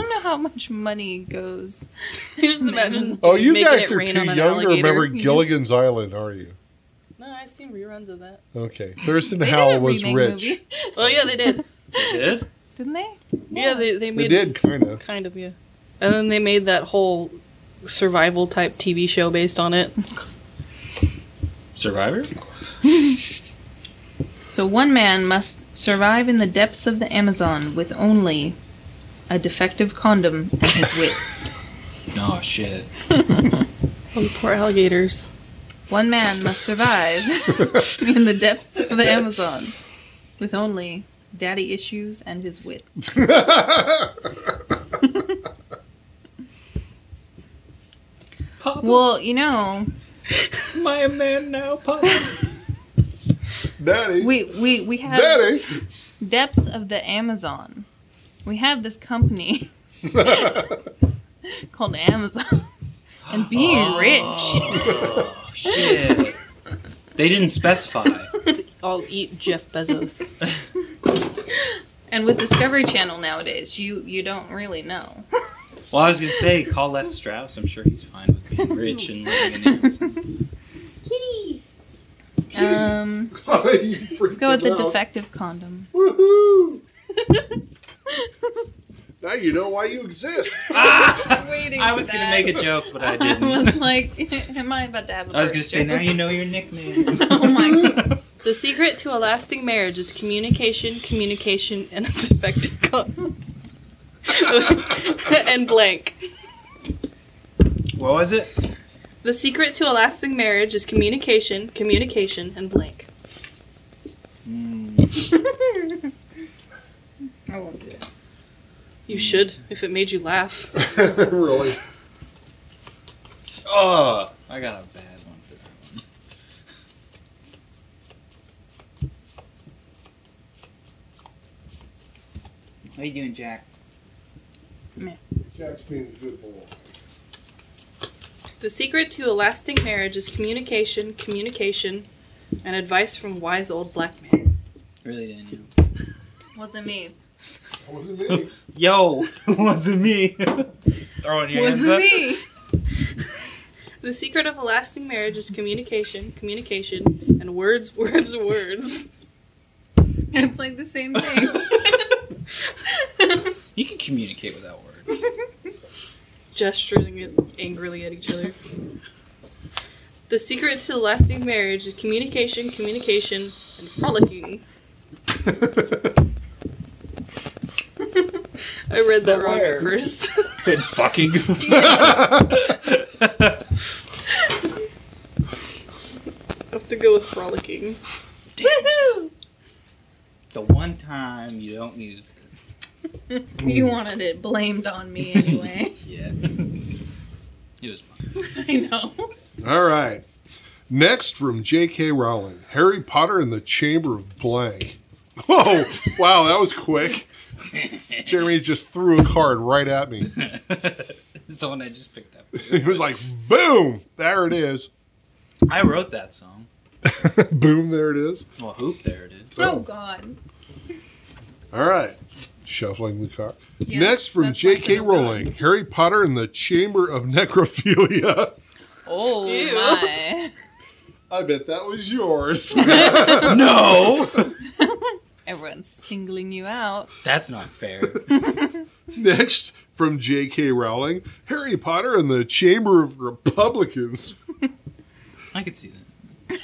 E: don't know how much money goes.
C: I just imagine.
A: Oh, you
C: making
A: guys
C: it
A: are
C: rain
A: too
C: on an
A: young to
C: alligator.
A: remember
E: You just-
A: Gilligan's Island, are you?
C: No, I've seen reruns of that.
A: Okay. Thurston
E: They did a
A: Howell was
E: remake
A: rich.
E: movie,
C: Oh yeah, they did.
F: Did?
E: didn't they?
C: Yeah, they they
A: They
C: made
A: did, kind of.
C: kind of yeah, and then they made that whole survival type TV show based on it.
F: Survivor?
E: So one man must survive in the depths of the Amazon with only a defective condom and his wits.
F: Oh, shit.
C: Oh, the poor alligators.
E: One man must survive in the depths of the Amazon with only daddy issues and his wits.
F: Papa,
E: Well, you know,
F: am I a man now, Papa?
A: Daddy.
E: we we we have
A: Daddy.
E: depths of the Amazon. We have this company called Amazon. And being
F: Ah.
E: rich.
F: Oh, shit. They didn't specify.
C: I'll eat Jeff Bezos.
E: And with Discovery Channel nowadays, you you don't really know.
F: Well, I was going to say, call Les Strauss. I'm sure he's fine with being rich and living in Amazon.
G: Kitty.
E: Um,
A: Let's
E: let's go with the defective condom.
A: Woohoo! now you know why you exist.
E: Waiting
F: I was
E: for
F: going to
E: that.
F: make a joke, but I
E: I
F: didn't.
E: was like, am I about to have a
F: I was going to
E: birth
F: say, now
E: joke?
F: you know your nickname.
E: oh my god.
C: the secret to a lasting marriage is communication, communication, and a defective condom. and blank.
F: What was it?
C: The secret to a lasting marriage is communication, communication, and blank.
E: I won't do it.
C: You should, if it made you laugh.
A: really?
F: Oh, I got a bad one for that one. What are you doing, Jack?
A: Jack's being a good boy.
C: The secret to a lasting marriage is communication, communication, and advice from wise old black man.
F: Really, Daniel?
E: Wasn't me.
A: That wasn't me.
F: Yo, wasn't me. Throwing your hands up.
E: me.
C: The secret of a lasting marriage is communication, communication, and words, words, words.
E: It's like the same thing.
F: You can communicate without words.
C: gesturing it angrily at each other. The secret to lasting marriage is communication, communication, and frolicking. I read that wrong at first.
F: Good fucking.
C: I have to go with frolicking.
F: the one time you don't need.
E: you wanted it blamed on me anyway.
F: Yeah. it was mine.
E: I know.
A: All right. Next from J.K. Rowling Harry Potter and the Chamber of Blank. Whoa. Wow, that was quick. Jeremy just threw a card right at me.
F: It's the one I just picked up.
A: It was like, boom, there it is.
F: I wrote that song.
A: boom, there it is.
F: Well, hoop, there it is.
E: Oh god.
A: All right. Shuffling the card.
E: Yeah,
A: Next from
E: that's my
A: J.K.
E: son.
A: Rowling Harry Potter and the Chamber of Necrophilia.
E: Oh
C: Ew.
E: my.
A: I bet that was yours.
F: No!
E: Everyone's singling you out.
F: That's not fair.
A: Next, from J.K. Rowling, Harry Potter and the Chamber of Republicans.
F: I could see that.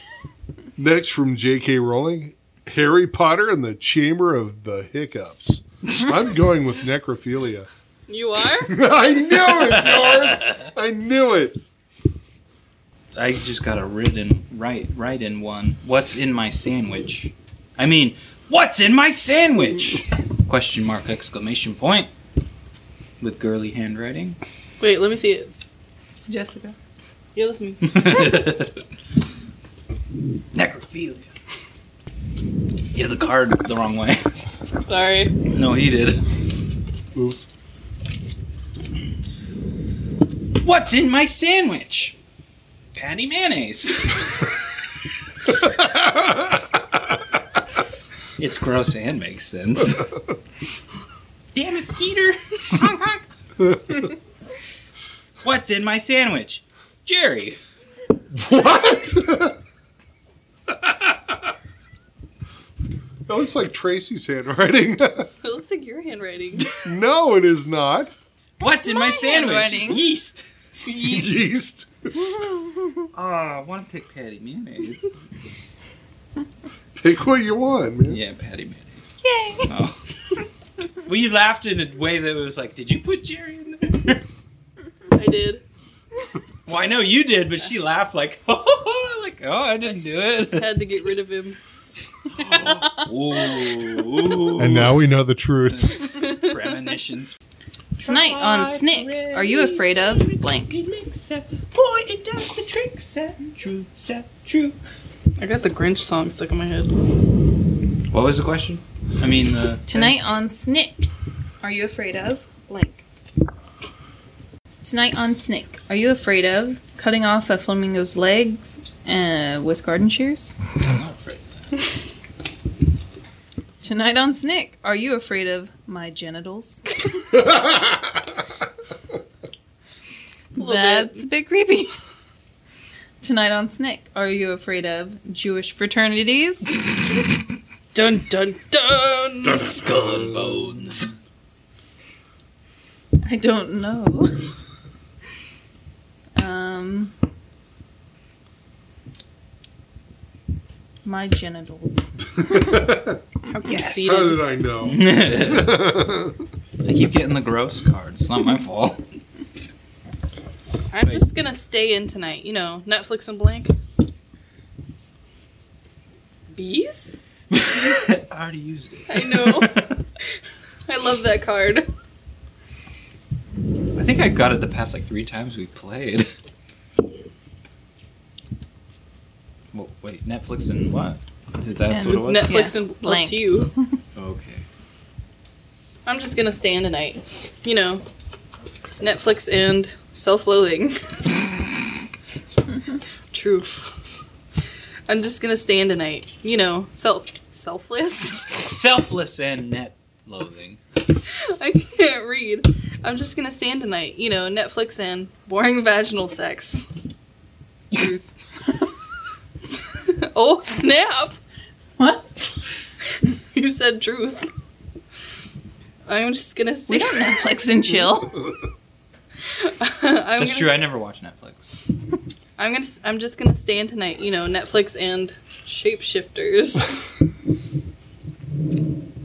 A: Next, from J.K. Rowling, Harry Potter and the Chamber of the Hiccups. I'm going with necrophilia.
C: You are?
A: I knew it, yours. I knew it.
F: I just got a written right right in one. What's in my sandwich? I mean, what's in my sandwich? Question mark exclamation point with girly handwriting.
C: Wait, let me see it.
E: Jessica.
C: Yeah, that's me.
F: Necrophilia. Yeah, the card the wrong way.
C: Sorry.
F: No, he did.
A: Oops.
F: What's in my sandwich? Patty mayonnaise. It's gross and makes sense. Damn it, Skeeter! Honk, honk. What's in my sandwich? Jerry.
A: What? that looks like Tracy's handwriting.
C: It looks like your handwriting.
A: no, it is not.
F: What's in my,
E: my
F: sandwich?
E: handwriting.
F: Yeast.
A: Yeast.
F: Oh, I want to pick patty mayonnaise.
A: Pick what you want, man.
F: yeah, patty mayonnaise.
E: Yay!
F: Oh. well, you laughed in a way that was like, did you put Jerry in there?
C: I did.
F: well, I know you did, but she laughed like, oh, like, oh, I didn't do it.
C: Had to get rid of him.
F: Ooh.
I: And now we know the truth.
F: Premonitions.
E: Tonight on Snick, are you afraid of blank?
H: Boy, it does the trick set. True set. True.
C: I got the Grinch song stuck in my head.
F: What was the question? I mean, uh,
E: Tonight on Snick, are you afraid of blank? Tonight on Snick, are you afraid of cutting off a flamingo's legs uh, with garden shears?
F: I'm not afraid.
E: Tonight on Snick, are you afraid of my genitals?
C: little
E: That's a bit creepy. Tonight on Snick, are you afraid of Jewish fraternities?
C: Dun dun dun.
F: Skull and bones.
E: I don't know. Um, my genitals.
C: How
A: How
C: conceited.
A: did I know?
F: I keep getting the gross card. It's not my fault.
C: I'm just gonna stay in tonight. You know, Netflix and blank. Bees?
F: I already used it.
C: I know. I love that card.
F: I think I got it the past like three times we played. Well, wait, Netflix and what? That's
E: And
F: what it
E: it's
F: was.
C: Netflix
E: Yeah,
C: and blank.
E: blank.
C: to you.
F: okay.
C: I'm just gonna stay in tonight. You know, Netflix and self-loathing. True. I'm just gonna stay in tonight. You know, self selfless.
F: Selfless and net loathing.
C: I can't read. I'm just gonna stand tonight. You know, Netflix and boring vaginal sex. Truth. oh snap!
E: What?
C: You said truth. I'm just gonna.
E: We
C: Stand.
E: don't Netflix and chill.
C: I'm
F: That's
C: gonna,
F: true. I never watched Netflix.
C: I'm gonna. s- I'm just gonna stand tonight. You know, Netflix and shapeshifters.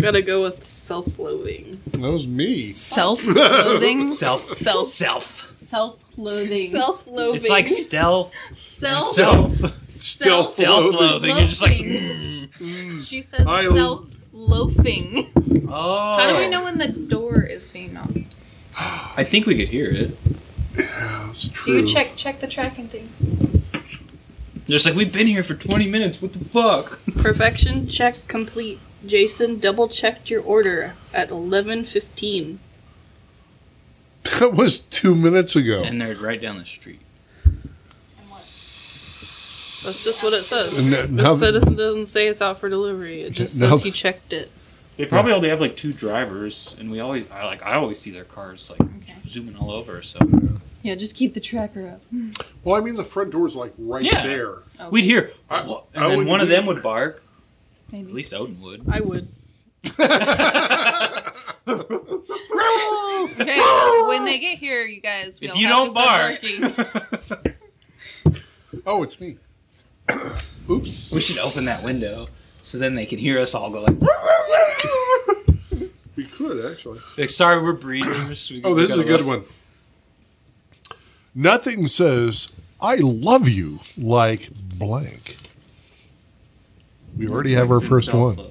C: Gotta go with self-loathing.
A: That was me.
E: Self-loathing.
F: Self.
E: Self.
F: Self.
E: Self-loathing.
C: Self-loathing.
F: It's like stealth.
C: self.
F: Self.
A: Still
F: Stealth
A: floating.
F: loathing. You're just like.
E: She said
A: I-
E: self-loafing.
F: Oh.
E: How do we know when the door is being knocked?
F: I think we could hear it.
A: That's
E: Do you
A: true.
E: check check the tracking thing?
F: Just like we've been here for 20 minutes. What the fuck?
C: Perfection check complete. Jason double checked your order at 11:15.
A: That was two minutes ago.
F: And they're right down the street.
C: That's just what it says.
A: And that-
C: It
A: now-
C: says- it doesn't say it's out for delivery. It just says
A: Now-
C: he checked it.
F: They probably only have like two drivers, and we always I like I always see their cars like zooming all over. So
E: Yeah, just keep the tracker up.
A: Well, I mean, the front door's like right
F: Yeah.
A: there.
F: we'd hear,
A: I-
F: "Whoa,"
A: I
F: and then
A: would-
F: one of them would bark.
E: Maybe.
F: At least Odin would.
C: I would.
E: Okay, when they get here, you guys.
F: If
E: we'll
F: you
E: have to
F: don't bark,
E: start
A: Oh, it's me. Oops.
F: we should open that window so then they can hear us all go like.
A: We could actually.
F: like sorry, we're breeders. We,
A: Oh,
F: we
A: this is a
F: gotta
A: good
F: let-
A: one.
I: Nothing says I love you like blank.
A: We already have our
F: It's
A: first one.
F: self-loathing.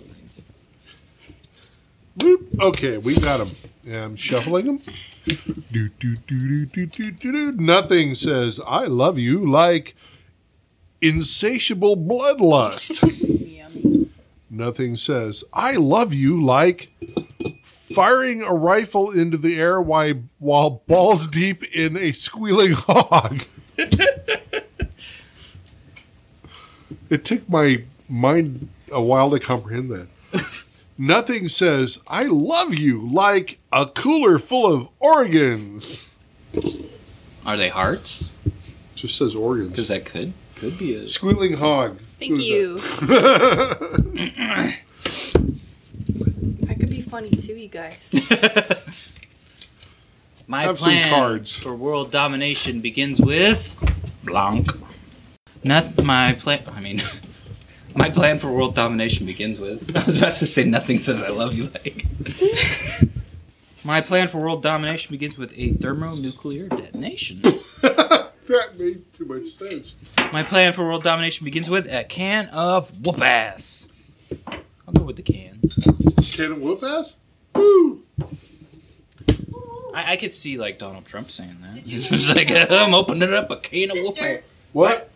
A: Boop. Okay, we got them. I'm shuffling them. Do, do, do, do, do, do, do, do. Nothing says I love you like insatiable bloodlust.
E: Yummy.
A: Nothing says I love you like firing a rifle into the air while, while balls deep in a squealing hog. it took my mind a while to comprehend that. Nothing says, I love you like a cooler full of organs.
F: Are they hearts?
A: Just says organs.
F: Because that could could be a
A: Squealing hog.
C: Thank
A: Who's
C: you. I could be funny too, you guys.
F: My
A: Have some
F: plan
A: cards.
F: for world domination begins with blank. Not my plan. I mean, my plan for world domination begins with. I was about to say nothing says I love you like. my plan for world domination begins with a thermonuclear detonation.
A: That made too much sense.
F: My plan for world domination begins with a can of whoop ass. I'll go with the can.
A: Can it whoop ass? Woo!
F: I, I could see like Donald Trump saying that. He's just like, I'm opening up a can of whoop ass.
E: Mister,
A: What?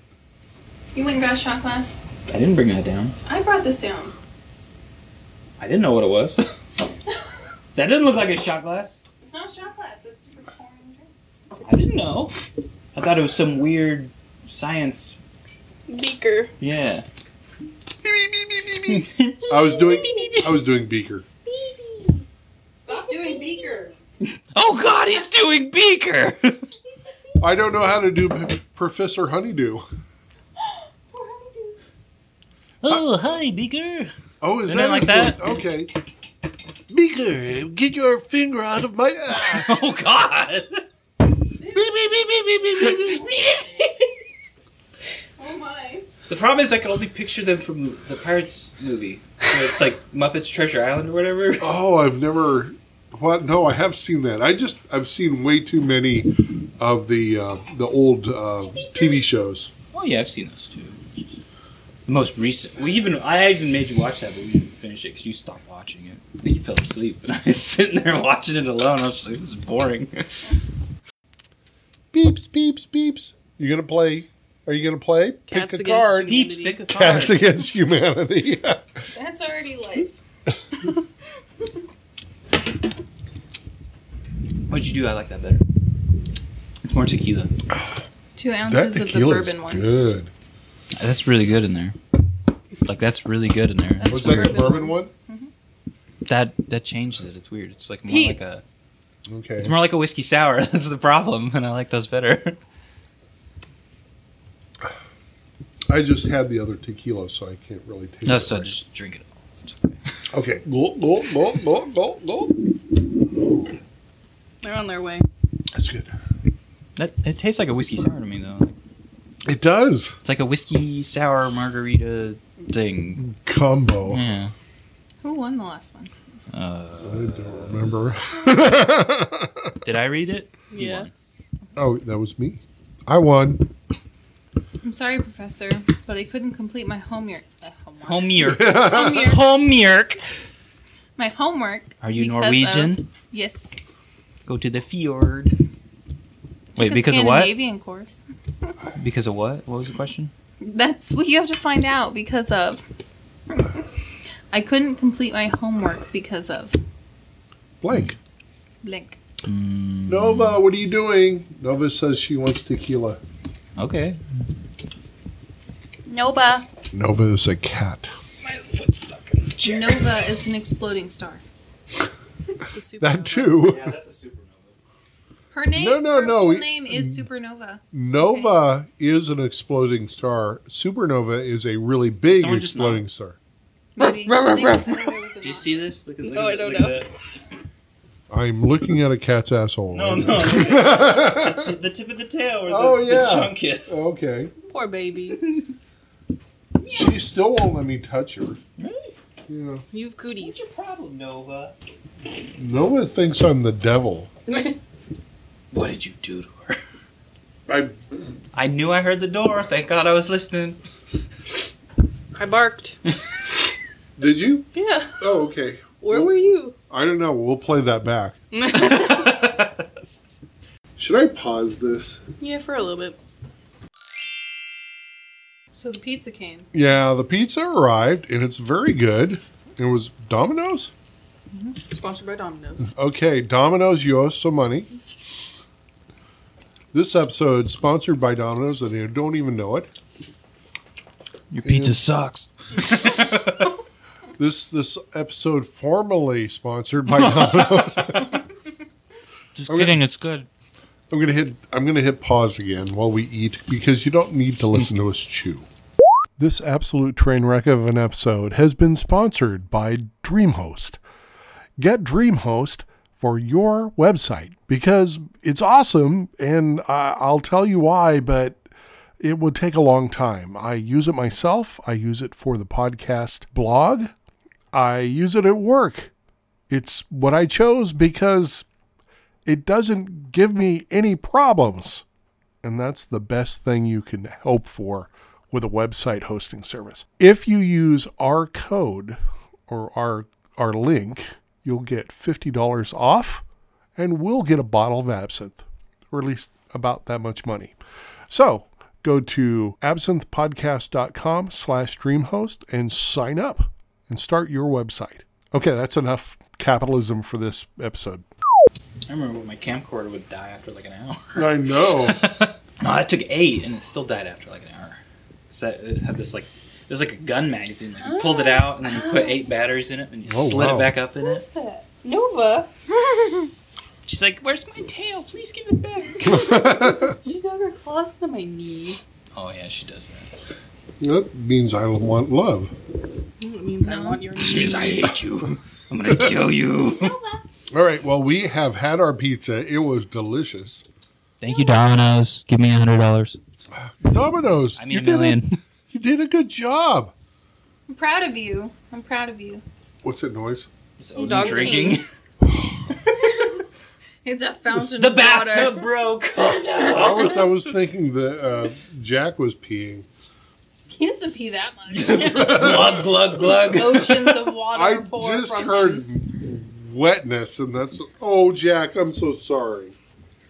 E: you went and got a shot glass.
F: I didn't bring that down.
E: I brought this down.
F: I didn't know what it was. that didn't look like a shot glass.
E: It's not a shot glass. It's for pouring drinks.
F: I didn't know. I thought it was some weird science.
C: Beaker.
F: Yeah.
A: I was doing I was doing beaker.
E: Stop doing beaker.
F: Oh God, he's doing Beaker.
A: I don't know how to do P- Professor Honeydew.
F: oh hi, Beaker.
A: Oh, is
F: Isn't
A: that
F: it like
A: his
F: that?
A: voice? Okay. Beaker, get your finger out of my ass.
F: Oh God.
E: Oh my.
F: The problem is I can only picture them from the Pirates movie. Where it's like Muppets Treasure Island or whatever.
A: oh, I've never. What? No, I have seen that. I just I've seen way too many of the uh, the old uh, TV shows.
F: Oh yeah, I've seen those too. The most recent. We even I even made you watch that, but we didn't finish it because you stopped watching it. I think you fell asleep, and I was sitting there watching it alone. I was just like, "This is boring."
A: Beeps, beeps, beeps. You gonna play? Are you gonna play?
C: Cats
A: pick a
C: Against
A: card.
F: Peeps,
C: Humanity.
F: pick a card.
A: Cats Against Humanity.
E: That's already life.
F: What'd you do? I like that better. It's more tequila.
E: Two
A: that
E: ounces of the
A: tequila is
E: bourbon one.
A: good.
F: That's really good in there. Like that's really good in there.
E: That's
A: Was that the bourbon
E: Bourbon.
A: one?
F: That that changes it. It's weird. It's like more
C: Peeps.
F: like a
A: Okay.
F: it's more like a whiskey sour. That's the problem, and I like those better.
A: I just had the other tequila, so I can't really take
F: No,
A: it.
F: so
A: right.
F: just drink it. all. It's okay.
A: Okay. Gulp, gulp, gulp, gulp, gulp, gulp.
C: They're on their way.
A: That's good.
F: That it tastes like a whiskey sour to me though.
A: It does.
F: It's like a whiskey sour margarita thing.
A: Combo.
F: Yeah.
E: Who won the last one?
A: I
F: Uh,
A: don't remember.
F: did I read it? You
C: Yeah.
F: won.
A: oh, that was me. I won.
E: I'm sorry, Professor, but I couldn't complete my homework. Uh, homework.
F: Homework.
E: Homework.
F: Homework.
E: My homework.
F: Are you
E: because
F: Norwegian?
E: of- yes.
F: Go to the fjord. Wait, because of what?
E: Scandinavian course.
F: Because of what? What was the question?
E: That's what you have to find out because of. I couldn't complete my homework because of
A: Blank.
E: blank.
A: Nova, what are you doing? Nova says she wants tequila.
F: Okay.
C: Noba.
A: Nova is a cat.
E: Nova is an exploding star.
C: It's a super
A: That too.
D: that's a supernova.
E: Her name.
A: No, no,
E: her
A: no,
E: full
A: we-
E: name is Supernova.
A: Nova is an exploding star. Supernova is a really big
F: Someone just
A: exploding star.
E: Maybe.
C: ruh,
E: I think-
C: ruh,
E: I think it was a
D: Do you
E: not.
D: see this? Look at, look at,
C: No, Oh, I don't
D: look at
C: know.
D: that.
A: I'm looking at a cat's asshole.
D: No,
A: right
D: no.
A: now.
D: look at that. It's the tip of the tail where the,
A: Oh, yeah. Oh.
D: the chunk is.
A: Okay.
C: Poor baby.
A: She still won't let me touch her.
D: Really?
A: Yeah.
C: You've cooties.
D: problem, Nova?
A: Nova thinks I'm the devil.
F: What did you do to her?
A: I
F: I knew I heard the door. Thank God I was listening.
C: I barked.
A: did you?
C: Yeah.
A: Oh, okay.
C: Where were you?
A: I don't know. We'll play that back. Should I pause this?
C: yeah, for a little bit.
E: So the pizza came.
A: Yeah, the pizza arrived and it's very good. It was Domino's.
C: Sponsored by Domino's.
A: Okay, Domino's, you owe us some money. This episode sponsored by Domino's, and they don't even know it.
F: Your
A: pizza
F: sucks.
A: This this episode formerly sponsored by Domino's.
F: Just
A: Okay.
F: kidding, it's good.
A: I'm gonna hit I'm gonna hit pause again while we eat because you don't need to listen to us chew. This absolute train wreck of an episode has been sponsored by DreamHost. Get DreamHost for your website because it's awesome, and I, I'll tell you why. But it would take a long time. I use it myself. I use it for the podcast blog. I use it at work. It's what I chose because it doesn't give me any problems. And that's the best thing you can hope for with a website hosting service. If you use our code or our our link, you'll get $50 off and we'll get a bottle of absinthe or at least about that much money. So, go to absinthepodcast.com slash dreamhost and sign up and start your website. Okay, that's enough capitalism for this episode.
F: I remember when my camcorder would die after like an hour.
A: I know.
F: No, I took eight and it still died after like an hour. So that- it had this like it was like a gun magazine. Like you pulled it out and then you put eight batteries in it and you
A: Oh,
F: slid
A: wow.
F: it back up in it.
C: that? Nova.
F: She's like, "Where's my tail? Please give it back."
C: She dug her claws into my knee.
F: oh yeah, she does that.
A: That means I want love.
C: It means I want your
F: She
C: knee.
F: means I hate you. I'm gonna kill you.
A: All right. Well, we have had our pizza. It was delicious.
F: Thank you, Domino's. Give me a hundred dollars.
A: Domino's.
F: I mean,
A: you
F: a
A: did a,
F: million.
A: you did a good job.
E: I'm proud of you. I'm proud of you.
A: What's that noise?
F: It's Ozzy
C: Dog
F: drinking.
E: It's a fountain
F: The
E: of water.
F: bathtub broke. Oh, no.
A: I was, I was thinking that uh, Jack was peeing.
E: He doesn't pee that much.
F: glug glug glug.
E: Oceans of water
A: I
E: pour
A: just
E: from
A: heard wetness, and that's oh, Jack. I'm so sorry.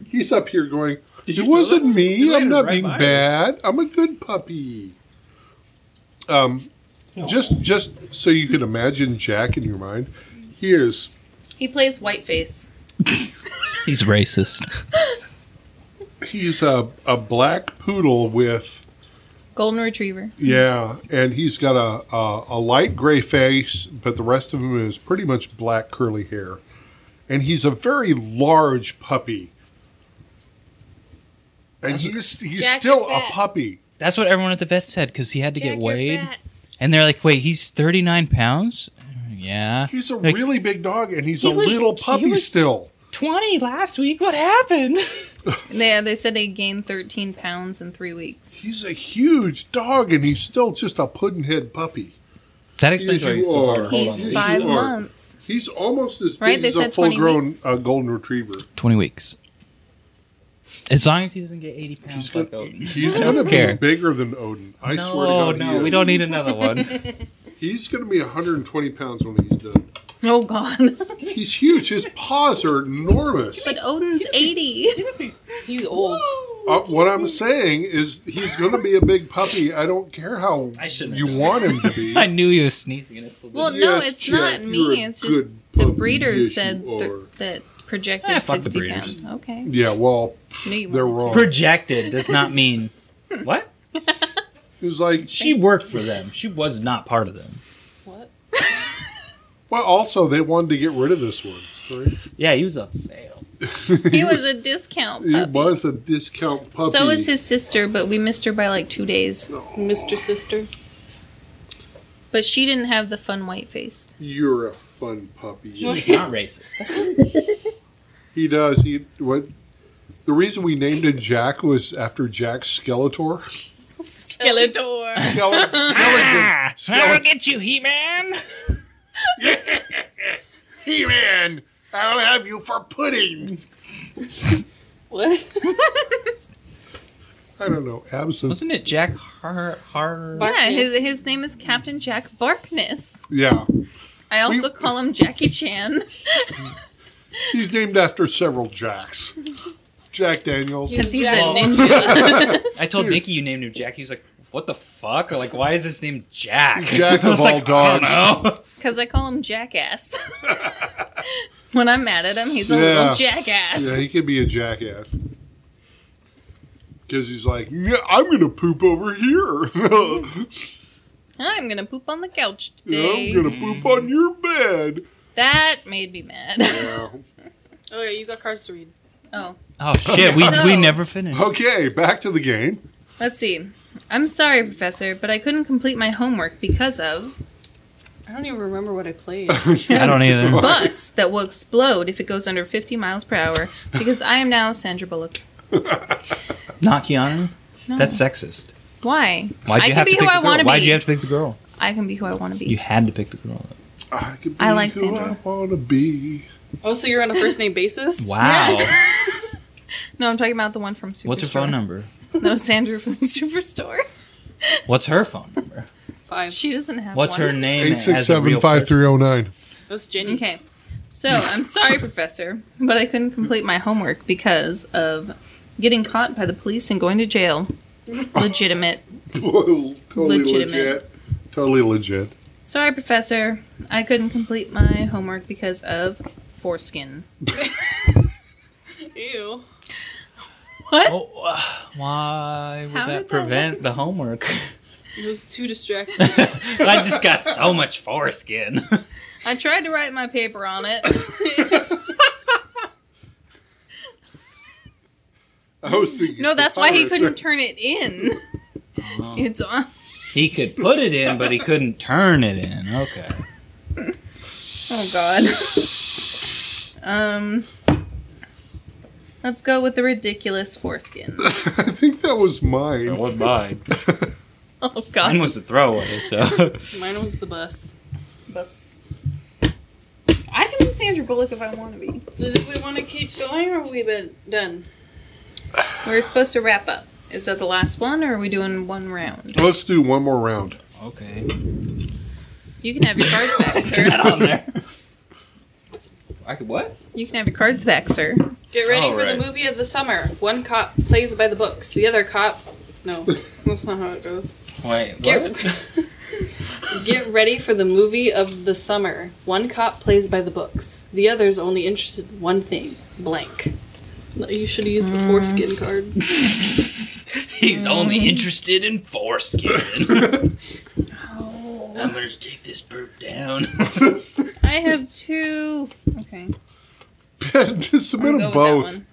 A: He's up here going.
F: Did
A: it
F: you
A: wasn't
F: You
A: me. I'm
F: laid it
A: not
F: right
A: being
F: by her.
A: bad. I'm a good puppy. Um, just just so you can imagine Jack in your mind, he is
E: He plays whiteface.
F: He's racist.
A: he's a, a black poodle with
E: Golden retriever.
A: yeah, and he's got a, a a light gray face, but the rest of him is pretty much black curly hair, and he's a very large puppy. And he's he's
E: Jack,
A: still
E: you're
A: a
E: fat.
A: puppy.
F: That's what everyone at the vet said because he had to get weighed. And they're like, wait, he's 39 pounds? Yeah.
A: He's a
F: Like-
A: really big dog, and he's
F: He
A: a
F: was-
A: little
F: he
A: puppy
F: was-
A: still.
F: 20 last week? What happened?
E: Yeah, they said they gained 13 pounds in three weeks.
A: He's a huge dog, and he's still just a puddin head puppy.
F: That explains why
A: Yes,
F: he's
A: you
F: so
A: are.
F: hard.
A: Hold
E: He's
A: on.
E: five
A: You are-
E: months.
A: He's almost as big
E: Right, they
A: as a
E: said 20
A: full-grown
E: weeks.
A: uh, golden retriever.
F: 20 weeks. As long as he doesn't get 80
A: He's
F: pounds
A: gonna,
F: like Odin.
A: he's
F: I
A: gonna
F: don't
A: be
F: care.
A: bigger than Odin. I
F: no,
A: swear to God,
F: no,
A: he is.
F: we don't need another one.
A: He's gonna be 120 pounds when he's done.
E: Oh, God.
A: He's huge. His paws are enormous.
E: but Odin's 80.
C: He's old.
A: Uh, what I'm saying is, he's gonna be a big puppy. I don't care how
F: I shouldn't
A: you
F: have done
A: want him to be.
F: I knew he was sneezing and it's the
E: Well,
F: well,
E: no,
A: Yes,
E: it's
A: Jack,
E: not
A: you're a
E: me. It's just
A: good
E: the
A: puppy.
E: breeder
A: Yes,
E: said
A: you
E: th-
A: are.
E: that projected
F: Ah, fuck the
E: 60
F: breeders.
E: pounds. Okay.
A: Yeah, well,
E: Knew you
A: they're
E: wanted to.
A: wrong.
F: Projected does not mean. What?
A: It was like,
F: She worked for them. She was not part of them.
C: What?
A: well, also they wanted to get rid of this one. Right?
F: Yeah, he was on sale.
E: He was a discount
A: It
E: puppy.
A: was a discount puppy.
E: Uh, So was his sister, but we missed her by like two days.
C: Mr. Sister.
E: But she didn't have the fun white face.
A: You're a fun puppy.
F: He's not racist.
A: He does. He what? The reason we named him Jack was after Jack Skeletor.
E: Skeletor.
A: Skele- Skeletor. Skeletor.
F: Ah, get you, He Man!
A: He-Man, I'll have you for pudding.
C: What?
A: I don't know. Absinthe.
F: Wasn't it Jack Har Har?
E: yeah, his, his name is Captain Jack Barkness.
A: Yeah,
E: I also call him Jackie Chan.
A: he's named after several Jacks. Jack Daniels.
E: Because he's a
C: Jack
E: ninja.
F: I told Nikki you named him Jack. He was like, what the fuck? Or like, why is this named Jack?
I: Jack
F: I was
I: of all
F: like, I don't
I: dogs.
F: know.
E: Because I call him Jackass. when I'm mad at him, he's a
I: Yeah.
E: little jackass.
I: Yeah, he could be a jackass. Because he's like, yeah, I'm going to poop over here.
E: I'm gonna poop on the couch today.
I: I'm going to poop on your bed.
E: That made me mad.
I: Yeah.
C: Oh, yeah, you got cards to read.
E: oh,
F: Oh shit, we we
E: So-
F: never finished.
I: Okay, back to the game.
E: let's see. I'm sorry, Professor, but I couldn't complete my homework because of
C: I don't even remember what I played.
F: I don't either.
E: bus that will explode if it goes under 50 miles per hour. Because I am now Sandra Bullock.
F: Not Keanu.
E: No.
F: That's sexist.
E: Why?
F: Why'd
E: I
F: you
E: can
F: have
E: be
F: to
E: who
F: pick
E: I
F: the girl?
E: wanna
F: Why'd
E: be.
F: you have to pick the girl?
E: I can be who I want to be.
F: You had to pick the girl.
I: I, could be
E: I like
I: who
E: Sandra.
I: I want to be.
C: oh, so you're on a first name basis?
F: Wow.
E: No, I'm talking about the one from Superstore.
F: What's her phone number?
E: No, Sandra from Superstore.
F: What's her phone number?
C: Five.
E: She doesn't have
F: What's
E: one.
F: her name?
I: Eight six
F: as a
I: seven
F: real
I: five
F: person?
I: three zero nine.
C: That's Jenny.
E: Okay. So, I'm sorry, Professor, but I couldn't complete my homework because of getting caught by the police and going to jail. Legitimate.
I: totally
E: Legitimate.
I: legit. Totally legit.
E: Sorry, Professor, I couldn't complete my homework because of foreskin.
C: Ew.
E: What?
F: Oh, uh, why would
E: How
F: that
E: did that
F: prevent the homework?
C: It was too distracting.
F: I just got so much foreskin.
E: I tried to write my paper on it.
I: I was thinking
E: No, that's why he
I: papyrus.
E: couldn't turn it in. It's on.
F: he could put it in, but he couldn't turn it in. Okay.
E: Oh God. um. Let's go with the ridiculous foreskin.
I: I think that was mine.
F: was mine.
E: Oh
F: Mine
E: God.
F: was a throwaway, so.
C: Mine was the bus.
E: That's- I can be Sandra Bullock if I want to be.
C: So, do we want to keep going or have we been done?
E: We're supposed to wrap up. Is that the last one, or are we doing one round?
I: Let's do one more round.
F: okay.
E: You can have your cards back, sir.
F: on there. I could what?
E: You can have your cards back, sir.
C: Get ready
F: All
C: for
F: right.
C: the movie of the summer. One cop plays by the books, the other cop. No, that's not how it goes.
F: Wait,
C: Get, get ready for the movie of the summer. One cop plays by the books. The other's only interested in one thing blank. No, You should use the foreskin card.
F: He's only interested in foreskin. I'm gonna take this burp down.
E: I have two. Okay. I'll go
I: Submit them
E: with that
I: both.
E: one.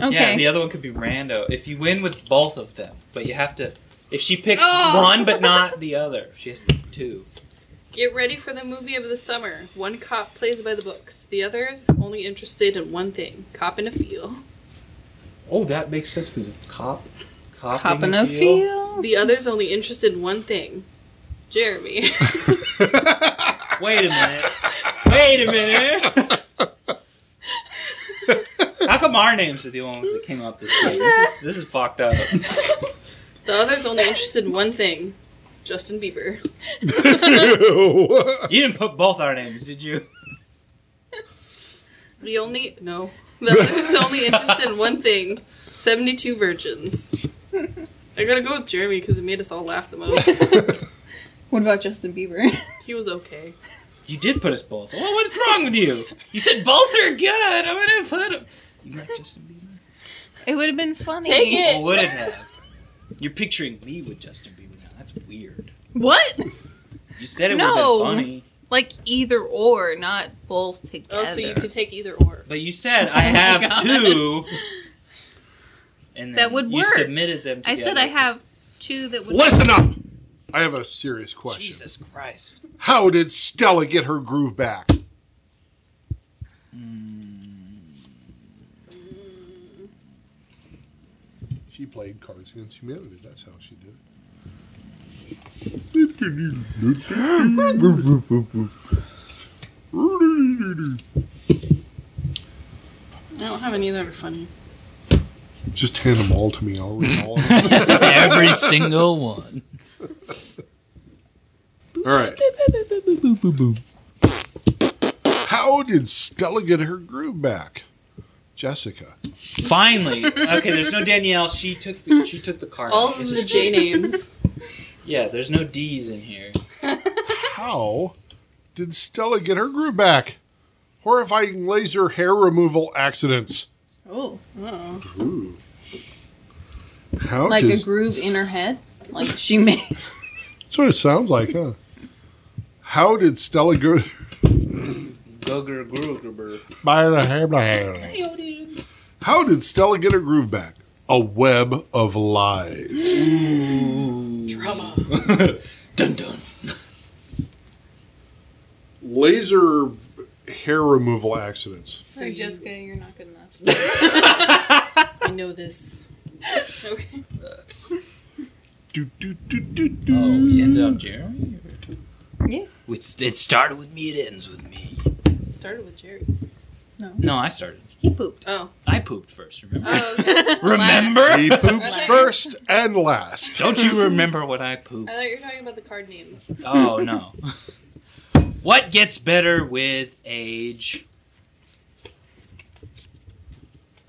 E: Okay.
F: Yeah, and the other one could be rando. If you win with both of them, but you have to. If she picks
E: Oh.
F: one but not the other, she has to pick two.
C: Get ready for the movie of the summer. One cop plays by the books. The other's only interested in one thing cop in a field.
F: Oh, that makes sense because it's cop. Cop,
E: Cop in a field.
C: The other's only interested in one thing Jeremy.
F: Wait a minute. Wait a minute. How come our names are the only ones that came up this way? This is, this is fucked up.
C: the other's only interested in one thing Justin Bieber.
I: Ew.
F: You didn't put both our names, did you?
C: The only no. The other's only interested in one thing: seventy-two virgins. I gotta go with Jeremy because it made us all laugh the most.
E: What about Justin Bieber?
C: He was okay.
F: You did put us both. Well, what's wrong with you? You said both are good. I'm gonna put them. You like Justin Bieber?
E: it would have been funny.
C: Take it.
F: Or would it have? You're picturing me with Justin Bieber now. That's weird.
E: What?
F: You said it
E: No.
F: would have been funny,
E: Like either or, not both together.
C: Oh, so you could take either or.
F: but you said I
E: Oh my
F: have
E: God.
F: two. And then
E: That would
F: you
E: work.
F: submitted them.
E: I said
F: together.
E: I have two that would.
I: Listen up. I have a serious question.
F: Jesus Christ.
I: How did Stella get her groove back? Mm. She played Cards Against Humanity. That's how she did it.
C: I don't have any that are funny.
I: Just hand them all to me. I'll read all of them.
F: Every single one.
I: All right. How did Stella get her groove back? Jessica.
F: Finally, okay. There's no Danielle. She took the, she took the card.
C: All
F: This
C: of
F: is
C: the J names.
F: Yeah, there's no D's in here.
I: How did Stella get her groove back? Horrifying laser hair removal accidents.
E: Oh,
C: Oh.
I: How
E: like
I: does,
E: a groove in her head. Like she made.
I: that's what it sounds like, huh? How did Stella go?
F: Gugger Grugerber.
I: How did Stella get her groove back? A web of lies.
E: Mm.
F: Dun dun.
I: Laser hair removal accidents.
C: So Jessica,
E: you're not good enough.
C: I know this. Okay.
I: Do, do, do, do, do.
F: Oh, we ended on Jeremy.
E: Yeah.
F: It's, it started with me. It ends with me.
C: It started with Jerry.
F: No, I started.
E: He pooped.
C: Oh.
F: I pooped first. Remember?
C: Oh, okay.
F: remember?
I: He poops first and last.
F: Don't you remember what I pooped?
C: I thought you were talking about the card names.
F: Oh no. what gets better with age?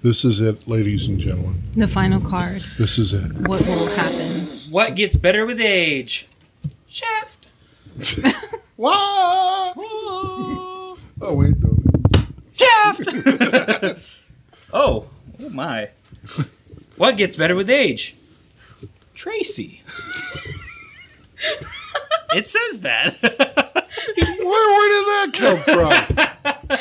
I: This is it, ladies and gentlemen.
E: The final card.
I: This is it.
E: What will happen?
F: What gets better with age? Shaft.
I: Whoa!
F: Oh,
I: Oh wait, no.
F: Shaft. oh, oh my. What gets better with age? Tracy. it says that.
I: Where, where did that come from?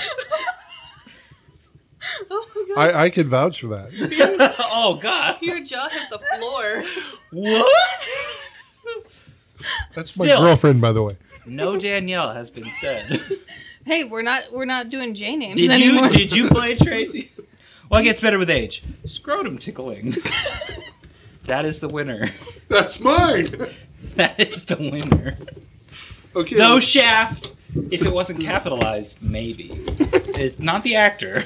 C: Oh my god.
I: I, I could vouch for that.
F: oh God.
C: Your jaw hit the floor.
F: What?
I: That's my
F: Still.
I: girlfriend, by the way.
F: No Danielle has been said.
E: Hey, we're not we're not doing J names
F: Did
E: anymore.
F: you did you play Tracy? Well, it gets better with age. Scrotum tickling. that is the winner.
I: That's mine.
F: That is the winner.
I: Okay.
F: No shaft. If it wasn't capitalized, maybe. It's not the actor.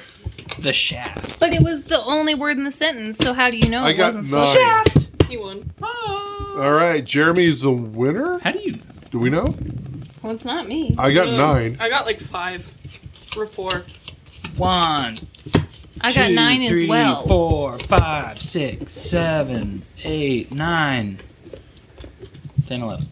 F: The shaft.
E: But it was the only word in the sentence, so how do you know
I: I
E: it
I: got
E: wasn't supposed
I: nine.
E: Shaft!
C: He won.
F: Ah.
I: All right, Jeremy's the winner.
F: How do you?
I: Do we know?
E: Well, it's not me.
I: I got
C: Um,
I: nine.
C: I got like five or four.
F: One.
E: I got
F: two,
E: nine as
F: three,
E: well.
F: Four, five, six, seven, eight, nine, ten, eleven.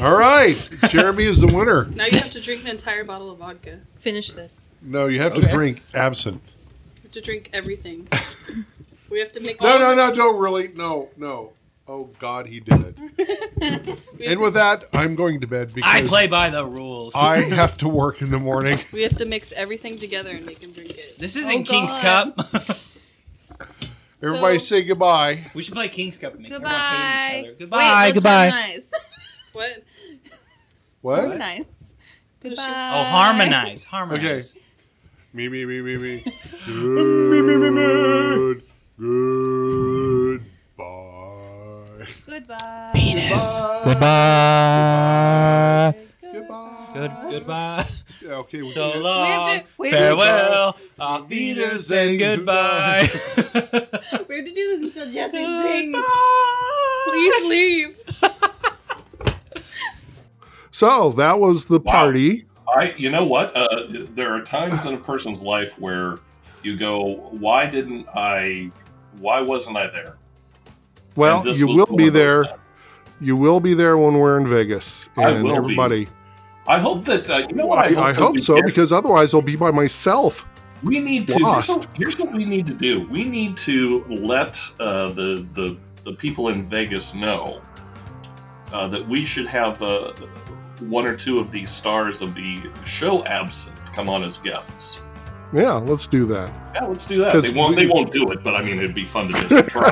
I: All right, Jeremy is the winner.
C: Now you have to drink an entire bottle of vodka.
E: Finish this.
I: No, you have
F: Okay.
I: to drink absinthe.
C: You have to drink everything. We have to make
I: No,
C: all
I: no,
C: the-
I: no, don't really. No, no. Oh God, he did it.
C: We have,
I: And
C: to,
I: with that, I'm going to bed because
F: I play by the rules.
I: I have to work in the morning.
C: we have to mix everything together and make him drink it.
F: This isn't
E: Oh,
F: King's
E: God.
F: Cup.
I: Everybody say goodbye.
F: we should play King's Cup. And make everyone hate each
E: Goodbye.
F: other.
E: Wait,
F: Goodbye.
E: let's Harmonize.
C: What?
F: goodbye.
I: What?
E: harmonize. Goodbye.
F: Oh, harmonize, harmonize.
I: Me, me, me, me, me. Good. Goodbye.
E: Goodbye.
F: Penis.
I: Goodbye. Goodbye.
F: Good. Goodbye.
I: Yeah, okay. we
F: So
I: can-
E: We have
F: long.
E: to, we have to-
F: Farewell. Auf Wiedersehen. Goodbye.
E: we have to do this until Jesse sings.
F: Please.
C: Please leave.
A: So that was the
B: Wow.
A: party.
B: I, you know what? Uh, there are times in a person's life where you go, "Why didn't I? Why wasn't I there?"
A: Well,
B: And this
A: you
B: was
A: will
B: one
A: be
B: of those
A: there.
B: times.
A: You will be there when we're in Vegas.
B: I
A: And
B: will be.
A: everybody.
B: I hope that uh, you know what.
A: I,
B: I hope,
A: I
B: that
A: hope
B: we
A: so
B: get-
A: because otherwise I'll be by myself.
B: we need to.
A: Lost.
B: Here's what, here's what we need to do. We need to let uh, the the the people in Vegas know uh, that we should have uh, one or two of these stars of the show absent come on as guests.
A: Yeah, let's do that.
B: Yeah, let's do that.
A: 'Cause
B: They won't.
A: we-
B: They won't do it, but I mean, it'd be fun to just try.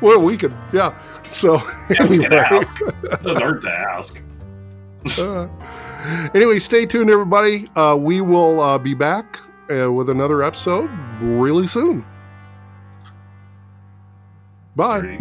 A: well, we could. Yeah. So
B: Yeah, we can
A: anyway.
B: ask. Doesn't hurt to ask.
A: Uh, anyway, stay tuned, everybody. Uh, we will uh, be back uh, with another episode really soon. Bye.